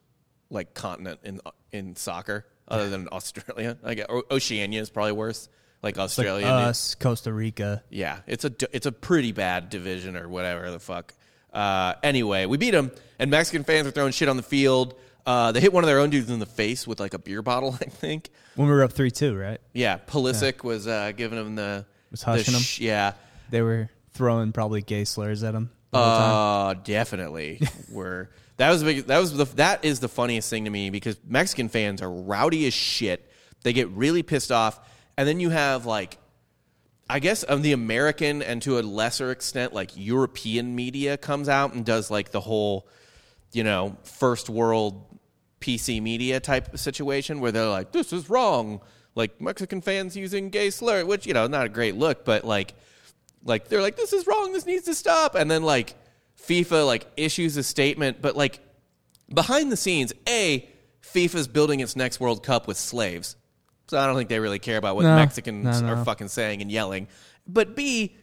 [SPEAKER 1] like continent in in soccer, other than Australia. I guess o- Oceania is probably worse. Like
[SPEAKER 2] Like uh,
[SPEAKER 1] Australia, New-
[SPEAKER 2] us, Costa Rica.
[SPEAKER 1] Yeah, it's a it's a pretty bad division or whatever the fuck. Uh, anyway, we beat them, and Mexican fans were throwing shit on the field. Uh, they hit one of their own dudes in the face with like a beer bottle, I think.
[SPEAKER 2] When we were up three two, right?
[SPEAKER 1] Yeah, Pulisic was uh, giving him the
[SPEAKER 2] Was
[SPEAKER 1] the
[SPEAKER 2] hushing 'em?
[SPEAKER 1] sh- Yeah,
[SPEAKER 2] They were throwing probably gay slurs at him. The whole time.
[SPEAKER 1] uh, definitely were. That was the big. That was the that is the funniest thing to me because Mexican fans are rowdy as shit. They get really pissed off, and then you have like I guess um, the American and to a lesser extent, like European media comes out and does like the whole, you know, first world PC media type of situation where they're like, this is wrong. Like Mexican fans using gay slur, which, you know, not a great look, but like, like they're like, this is wrong. This needs to stop. And then like FIFA like issues a statement, but like behind the scenes, A, FIFA's building its next World Cup with slaves. So I don't think they really care about what
[SPEAKER 2] No,
[SPEAKER 1] Mexicans
[SPEAKER 2] no, no.
[SPEAKER 1] are fucking saying and yelling. But B,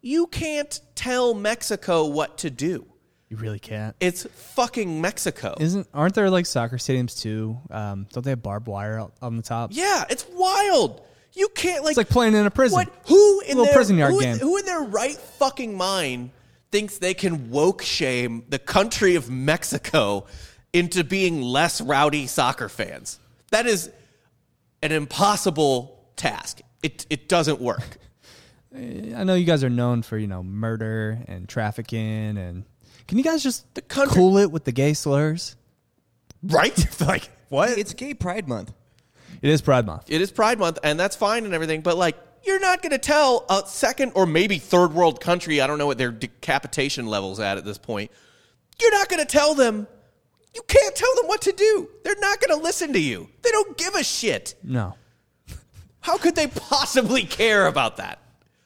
[SPEAKER 1] you can't tell Mexico what to do.
[SPEAKER 2] you really can't.
[SPEAKER 1] It's fucking Mexico.
[SPEAKER 2] Isn't aren't there like soccer stadiums too? Um, don't they have barbed wire out on the top?
[SPEAKER 1] yeah, it's wild. You can't like
[SPEAKER 2] It's like playing in a prison.
[SPEAKER 1] What? Who in
[SPEAKER 2] Little
[SPEAKER 1] their
[SPEAKER 2] prison yard
[SPEAKER 1] who,
[SPEAKER 2] game.
[SPEAKER 1] Who in their right fucking mind thinks they can woke shame the country of Mexico into being less rowdy soccer fans? That is an impossible task. It it doesn't work.
[SPEAKER 2] I know you guys are known for you know murder and trafficking, and can you guys just
[SPEAKER 1] The country-
[SPEAKER 2] cool it with the gay slurs?
[SPEAKER 1] Right? like what?
[SPEAKER 3] It's Gay Pride Month.
[SPEAKER 2] It is Pride Month.
[SPEAKER 1] it is Pride Month, and that's fine and everything, but like, you're not going to tell a second or maybe third world country, I don't know what their decapitation level's at at this point, you're not going to tell them, you can't tell them what to do. They're not going to listen to you. They don't give a shit.
[SPEAKER 2] No,
[SPEAKER 1] How could they possibly care about that?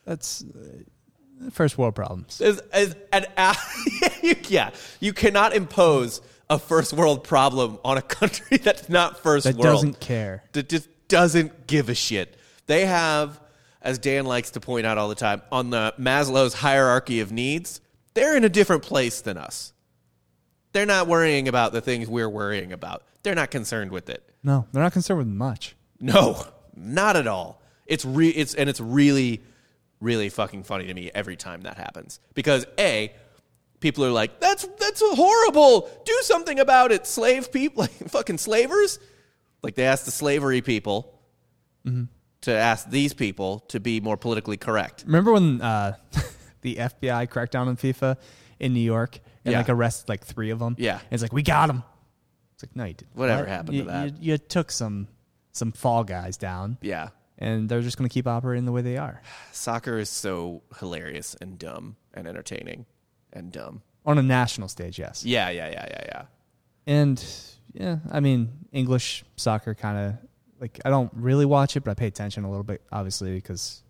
[SPEAKER 2] that's uh, first world problems.
[SPEAKER 1] As, as an, a- you, yeah, you cannot impose a first world problem on a country that's not first
[SPEAKER 2] That
[SPEAKER 1] world.
[SPEAKER 2] doesn't care.
[SPEAKER 1] that just doesn't give a shit. They have, as Dan likes to point out all the time, on the Maslow's hierarchy of needs, they're in a different place than us. They're not worrying about the things we're worrying about. They're not concerned with it.
[SPEAKER 2] No, they're not concerned with much.
[SPEAKER 1] No, not at all. It's re- it's and it's really really fucking funny to me every time that happens because a people are like that's that's horrible. Do something about it, slave people, like fucking slavers. Like they asked the slavery people Mm-hmm. to ask these people to be more politically correct.
[SPEAKER 2] Remember when uh, the FBI cracked down on FIFA in New York and
[SPEAKER 1] Yeah.
[SPEAKER 2] like arrested like three of them?
[SPEAKER 1] Yeah.
[SPEAKER 2] and it's like we got them. It's like no, you didn't.
[SPEAKER 1] Whatever happened to
[SPEAKER 2] You-
[SPEAKER 1] that?
[SPEAKER 2] You, you took some some fall guys down,
[SPEAKER 1] Yeah.
[SPEAKER 2] and they're just going to keep operating the way they are
[SPEAKER 1] Soccer is so hilarious and dumb and entertaining and dumb.
[SPEAKER 2] on a national stage. Yes.
[SPEAKER 1] Yeah, yeah, yeah, yeah, yeah.
[SPEAKER 2] And yeah, I mean, English soccer kind of like I don't really watch it, but I pay attention a little bit, obviously, because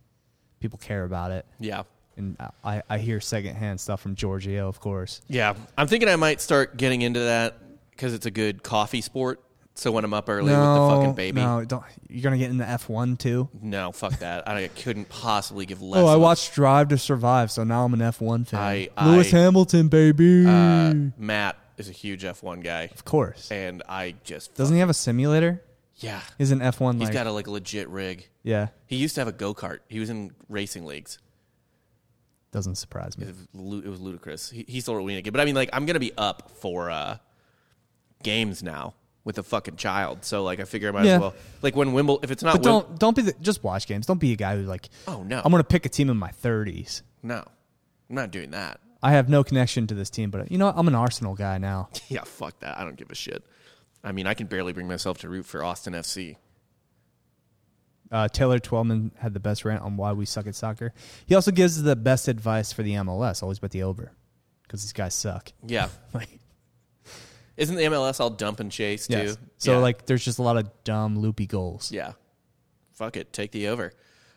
[SPEAKER 2] people care about it.
[SPEAKER 1] Yeah.
[SPEAKER 2] And I, I hear secondhand stuff from Giorgio, of course.
[SPEAKER 1] Yeah, I'm thinking I might start getting into that because it's a good coffee sport. So when I'm up early with the fucking baby, no,
[SPEAKER 2] no, don't. You're gonna get into F one too.
[SPEAKER 1] fuck that. I couldn't possibly give less.
[SPEAKER 2] Oh, I
[SPEAKER 1] of a-
[SPEAKER 2] watched Drive to Survive, so now I'm an F one fan.
[SPEAKER 1] I-
[SPEAKER 2] Lewis
[SPEAKER 1] I-
[SPEAKER 2] Hamilton, baby.
[SPEAKER 1] Uh, Matt is a huge F1 guy,
[SPEAKER 2] of course.
[SPEAKER 1] and I just
[SPEAKER 2] Doesn't he have a simulator?
[SPEAKER 1] yeah,
[SPEAKER 2] He's an F one.
[SPEAKER 1] he's
[SPEAKER 2] like,
[SPEAKER 1] got a like legit rig.
[SPEAKER 2] yeah.
[SPEAKER 1] He used to have a go kart. He was in racing leagues.
[SPEAKER 2] Doesn't surprise me.
[SPEAKER 1] It was, lu- it was ludicrous. He, he's still winning it, but I mean, like, I'm gonna be up for uh, games now with a fucking child. So like, I figure I might
[SPEAKER 2] Yeah.
[SPEAKER 1] as well like when Wimbledon. If it's not,
[SPEAKER 2] But
[SPEAKER 1] Wim-
[SPEAKER 2] don't don't be the, just watch games. Don't be a guy who like.
[SPEAKER 1] Oh, no.
[SPEAKER 2] I'm gonna pick a team in my 30s.
[SPEAKER 1] no, I'm not doing that.
[SPEAKER 2] I have no connection to this team, but you know what? I'm an Arsenal guy now.
[SPEAKER 1] Yeah, fuck that. I don't give a shit. I mean, I can barely bring myself to root for Austin FC.
[SPEAKER 2] Uh, Taylor Twelman had the best rant on why we suck at soccer. He also gives the best advice for the MLS. Always bet the over because these guys suck.
[SPEAKER 1] Yeah.
[SPEAKER 2] Like,
[SPEAKER 1] Isn't the MLS all dump and chase too?
[SPEAKER 2] yes. So
[SPEAKER 1] Yeah.
[SPEAKER 2] like, there's just a lot of dumb loopy goals.
[SPEAKER 1] Yeah. Fuck it. Take the over.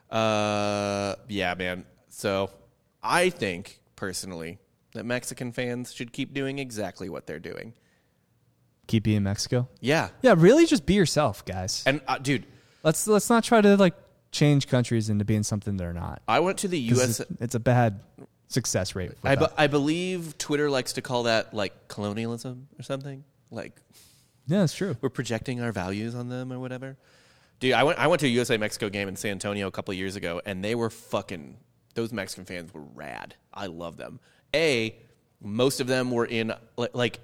[SPEAKER 1] Uh yeah, man. So I think personally that Mexican fans should keep doing exactly what they're doing.
[SPEAKER 2] Keep being Mexico.
[SPEAKER 1] Yeah.
[SPEAKER 2] Yeah, really, just be yourself, guys.
[SPEAKER 1] And uh, dude,
[SPEAKER 2] Let's let's not try to like change countries into being something they're not.
[SPEAKER 1] I went to the
[SPEAKER 2] 'Cause
[SPEAKER 1] US
[SPEAKER 2] it's, it's a bad success rate. with
[SPEAKER 1] I, be-
[SPEAKER 2] that.
[SPEAKER 1] I believe Twitter likes to call that like colonialism or something. Like
[SPEAKER 2] yeah, it's true.
[SPEAKER 1] we're projecting our values on them or whatever. Dude, I went I went to a USA Mexico game in San Antonio a couple of years ago, and they were fucking. Those Mexican fans were rad. I love them. A, most of them were in li- like,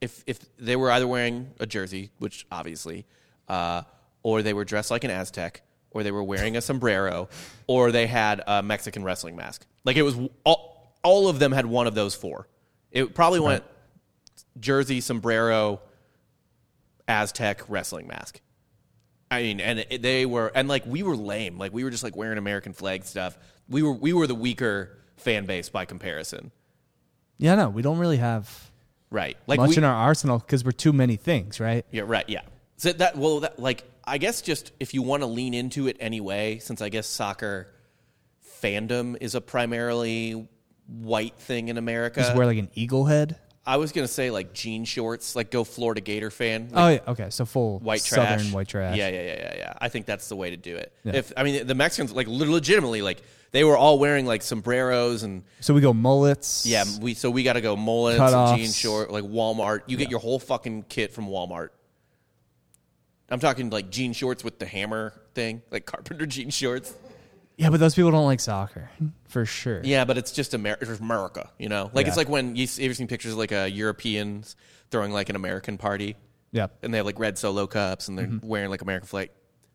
[SPEAKER 1] if if they were either wearing a jersey, which obviously, uh, or they were dressed like an Aztec, or they were wearing a sombrero, or they had a Mexican wrestling mask. Like it was all all of them had one of those four. It probably went jersey, sombrero, Aztec wrestling mask. I mean, and it, they were, and like we were lame. Like we were just like wearing American flag stuff. We were we were the weaker fan base by comparison,
[SPEAKER 2] Yeah, no, we don't really have
[SPEAKER 1] right? Like
[SPEAKER 2] much
[SPEAKER 1] we,
[SPEAKER 2] in our arsenal because we're too many things, right?
[SPEAKER 1] yeah, right, yeah. So that well, that like I guess just if you want to lean into it anyway, since I guess soccer fandom is a primarily white thing in America.
[SPEAKER 2] Just wear like an eagle head.
[SPEAKER 1] I was gonna say like jean shorts, like go Florida Gator fan. Like,
[SPEAKER 2] Oh yeah, okay. So full
[SPEAKER 1] white
[SPEAKER 2] southern
[SPEAKER 1] trash,
[SPEAKER 2] white trash.
[SPEAKER 1] Yeah, yeah, yeah, yeah, yeah. I think that's the way to do it. If I mean the Mexicans, like lit- legitimately, like they were all wearing like sombreros and
[SPEAKER 2] So we go mullets.
[SPEAKER 1] yeah. We so we got to go mullets,
[SPEAKER 2] Cutoffs.
[SPEAKER 1] and jean short, like Walmart. You get your whole fucking kit from Walmart. I'm talking like jean shorts with the hammer thing, like carpenter jean shorts.
[SPEAKER 2] yeah, but those people don't like soccer for sure.
[SPEAKER 1] Yeah, but it's just Amer- it's America, you know. Like it's like when you see, have you seen pictures of like uh, Europeans throwing like an American party?
[SPEAKER 2] Yeah.
[SPEAKER 1] and they have like red solo cups and they're wearing like American flag.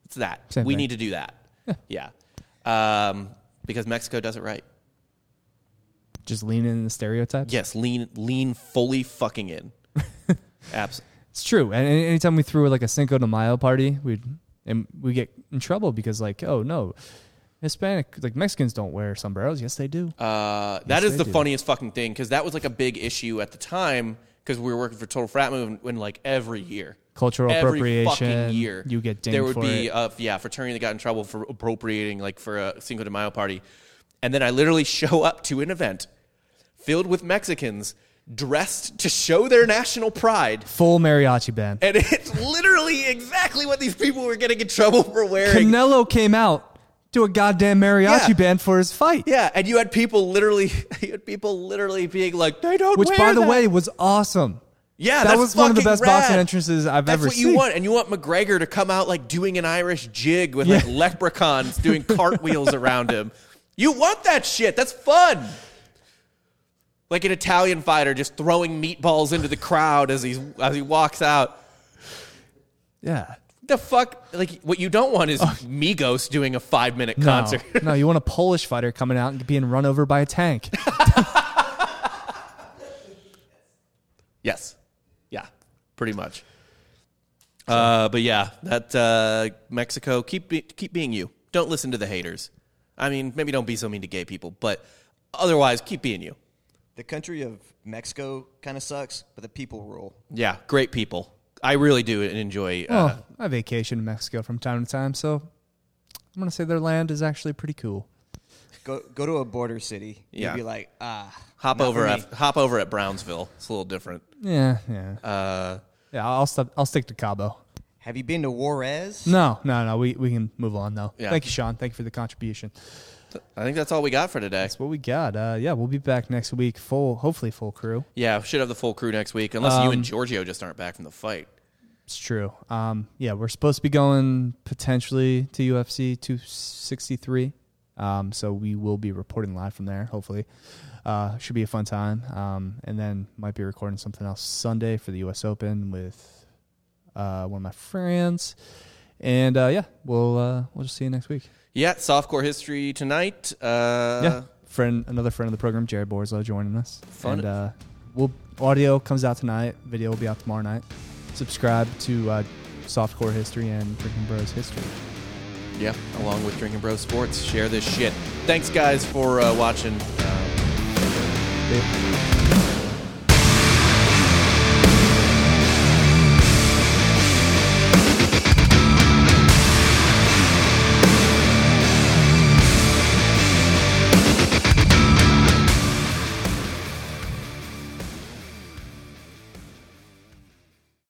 [SPEAKER 1] It's that.
[SPEAKER 4] Mm-hmm. Same
[SPEAKER 1] we
[SPEAKER 4] thing.
[SPEAKER 1] need to do that. Yeah. Um, because Mexico does it right.
[SPEAKER 2] Just lean in the stereotypes.
[SPEAKER 1] Yes, lean lean fully fucking in. Abs-
[SPEAKER 2] It's true. And any- anytime we threw like a Cinco de Mayo party, we'd and we get in trouble because like, oh no, Hispanic like Mexicans don't wear sombreros. Yes, they do.
[SPEAKER 1] Uh, that is
[SPEAKER 2] they
[SPEAKER 1] the
[SPEAKER 2] do.
[SPEAKER 1] funniest fucking thing because that was like a big issue at the time because we were working for Total Frat Move and, and, like every year,
[SPEAKER 2] Cultural
[SPEAKER 1] every
[SPEAKER 2] appropriation,
[SPEAKER 1] fucking year,
[SPEAKER 2] you get dinged
[SPEAKER 1] There would
[SPEAKER 2] for
[SPEAKER 1] be
[SPEAKER 2] it.
[SPEAKER 1] a yeah fraternity that got in trouble for appropriating like for a Cinco de Mayo party, and then I literally show up to an event filled with Mexicans dressed to show their national pride.
[SPEAKER 2] Full mariachi band.
[SPEAKER 1] And it's literally exactly what these people were getting in trouble for wearing.
[SPEAKER 2] Canelo came out to a goddamn mariachi
[SPEAKER 1] Yeah.
[SPEAKER 2] band for his fight.
[SPEAKER 1] yeah, and you had people literally, you had people literally being like, "They don't."
[SPEAKER 2] Which
[SPEAKER 1] wear
[SPEAKER 2] by the
[SPEAKER 1] that.
[SPEAKER 2] way was awesome.
[SPEAKER 1] Yeah,
[SPEAKER 2] that
[SPEAKER 1] that's
[SPEAKER 2] was one of the
[SPEAKER 1] fucking
[SPEAKER 2] best boxing
[SPEAKER 1] rad.
[SPEAKER 2] entrances I've
[SPEAKER 1] That's
[SPEAKER 2] ever
[SPEAKER 1] what
[SPEAKER 2] seen.
[SPEAKER 1] you want, and you want McGregor to come out like doing an Irish jig with like
[SPEAKER 2] Yeah.
[SPEAKER 1] leprechauns doing cartwheels around him. You want that shit. That's fun. Like an Italian fighter just throwing meatballs into the crowd as he's as he walks out.
[SPEAKER 2] Yeah.
[SPEAKER 1] The fuck, like what you don't want is Migos doing a five minute
[SPEAKER 2] Oh. No.
[SPEAKER 1] concert.
[SPEAKER 2] no, you want a Polish fighter coming out and being run over by a tank.
[SPEAKER 1] Yes. Yeah. Pretty much. Uh, but yeah, that uh, Mexico keep be, keep being you. Don't listen to the haters. I mean, maybe don't be so mean to gay people, but otherwise, keep being you.
[SPEAKER 3] The country of Mexico kind of sucks, but the people rule.
[SPEAKER 1] Yeah, great people. I really do enjoy. Uh,
[SPEAKER 2] Oh, I vacation in Mexico from time to time, so I'm gonna say their land is actually pretty cool.
[SPEAKER 3] Go go to a border city.
[SPEAKER 1] Yeah.
[SPEAKER 3] You'd be like, ah.
[SPEAKER 1] hop
[SPEAKER 3] not
[SPEAKER 1] over
[SPEAKER 3] for
[SPEAKER 1] at,
[SPEAKER 3] me.
[SPEAKER 1] hop over at Brownsville. It's a little different.
[SPEAKER 2] Yeah, yeah,
[SPEAKER 1] Uh,
[SPEAKER 2] yeah. I'll st- I'll stick to Cabo.
[SPEAKER 3] Have you been to Juarez?
[SPEAKER 2] No, no, no. We we can move on though.
[SPEAKER 1] Yeah.
[SPEAKER 2] Thank you, Sean. Thank you for the contribution.
[SPEAKER 1] I think that's all we got for today.
[SPEAKER 2] That's what we got. Uh, yeah, we'll be back next week. Full, hopefully, full crew.
[SPEAKER 1] Yeah, should have the full crew next week, unless you and Giorgio just aren't back from the fight.
[SPEAKER 2] It's true. Um, yeah, we're supposed to be going potentially to UFC 263. Um, so we will be reporting live from there. Hopefully, uh, should be a fun time. Um, and then might be recording something else Sunday for the U.S. Open with uh, one of my friends. And uh, yeah, we'll uh, we'll just see you next week.
[SPEAKER 1] Yeah, softcore history tonight. Uh,
[SPEAKER 2] yeah, friend, another friend of the program, Jared Borslow, joining us.
[SPEAKER 1] Fun.
[SPEAKER 2] And uh, we'll audio comes out tonight. Video will be out tomorrow night. Subscribe to uh, Softcore History and Drinking Bros History.
[SPEAKER 1] Yeah, along with Drinking Bro Sports. Share this shit. Thanks, guys, for uh, watching.
[SPEAKER 2] Dave?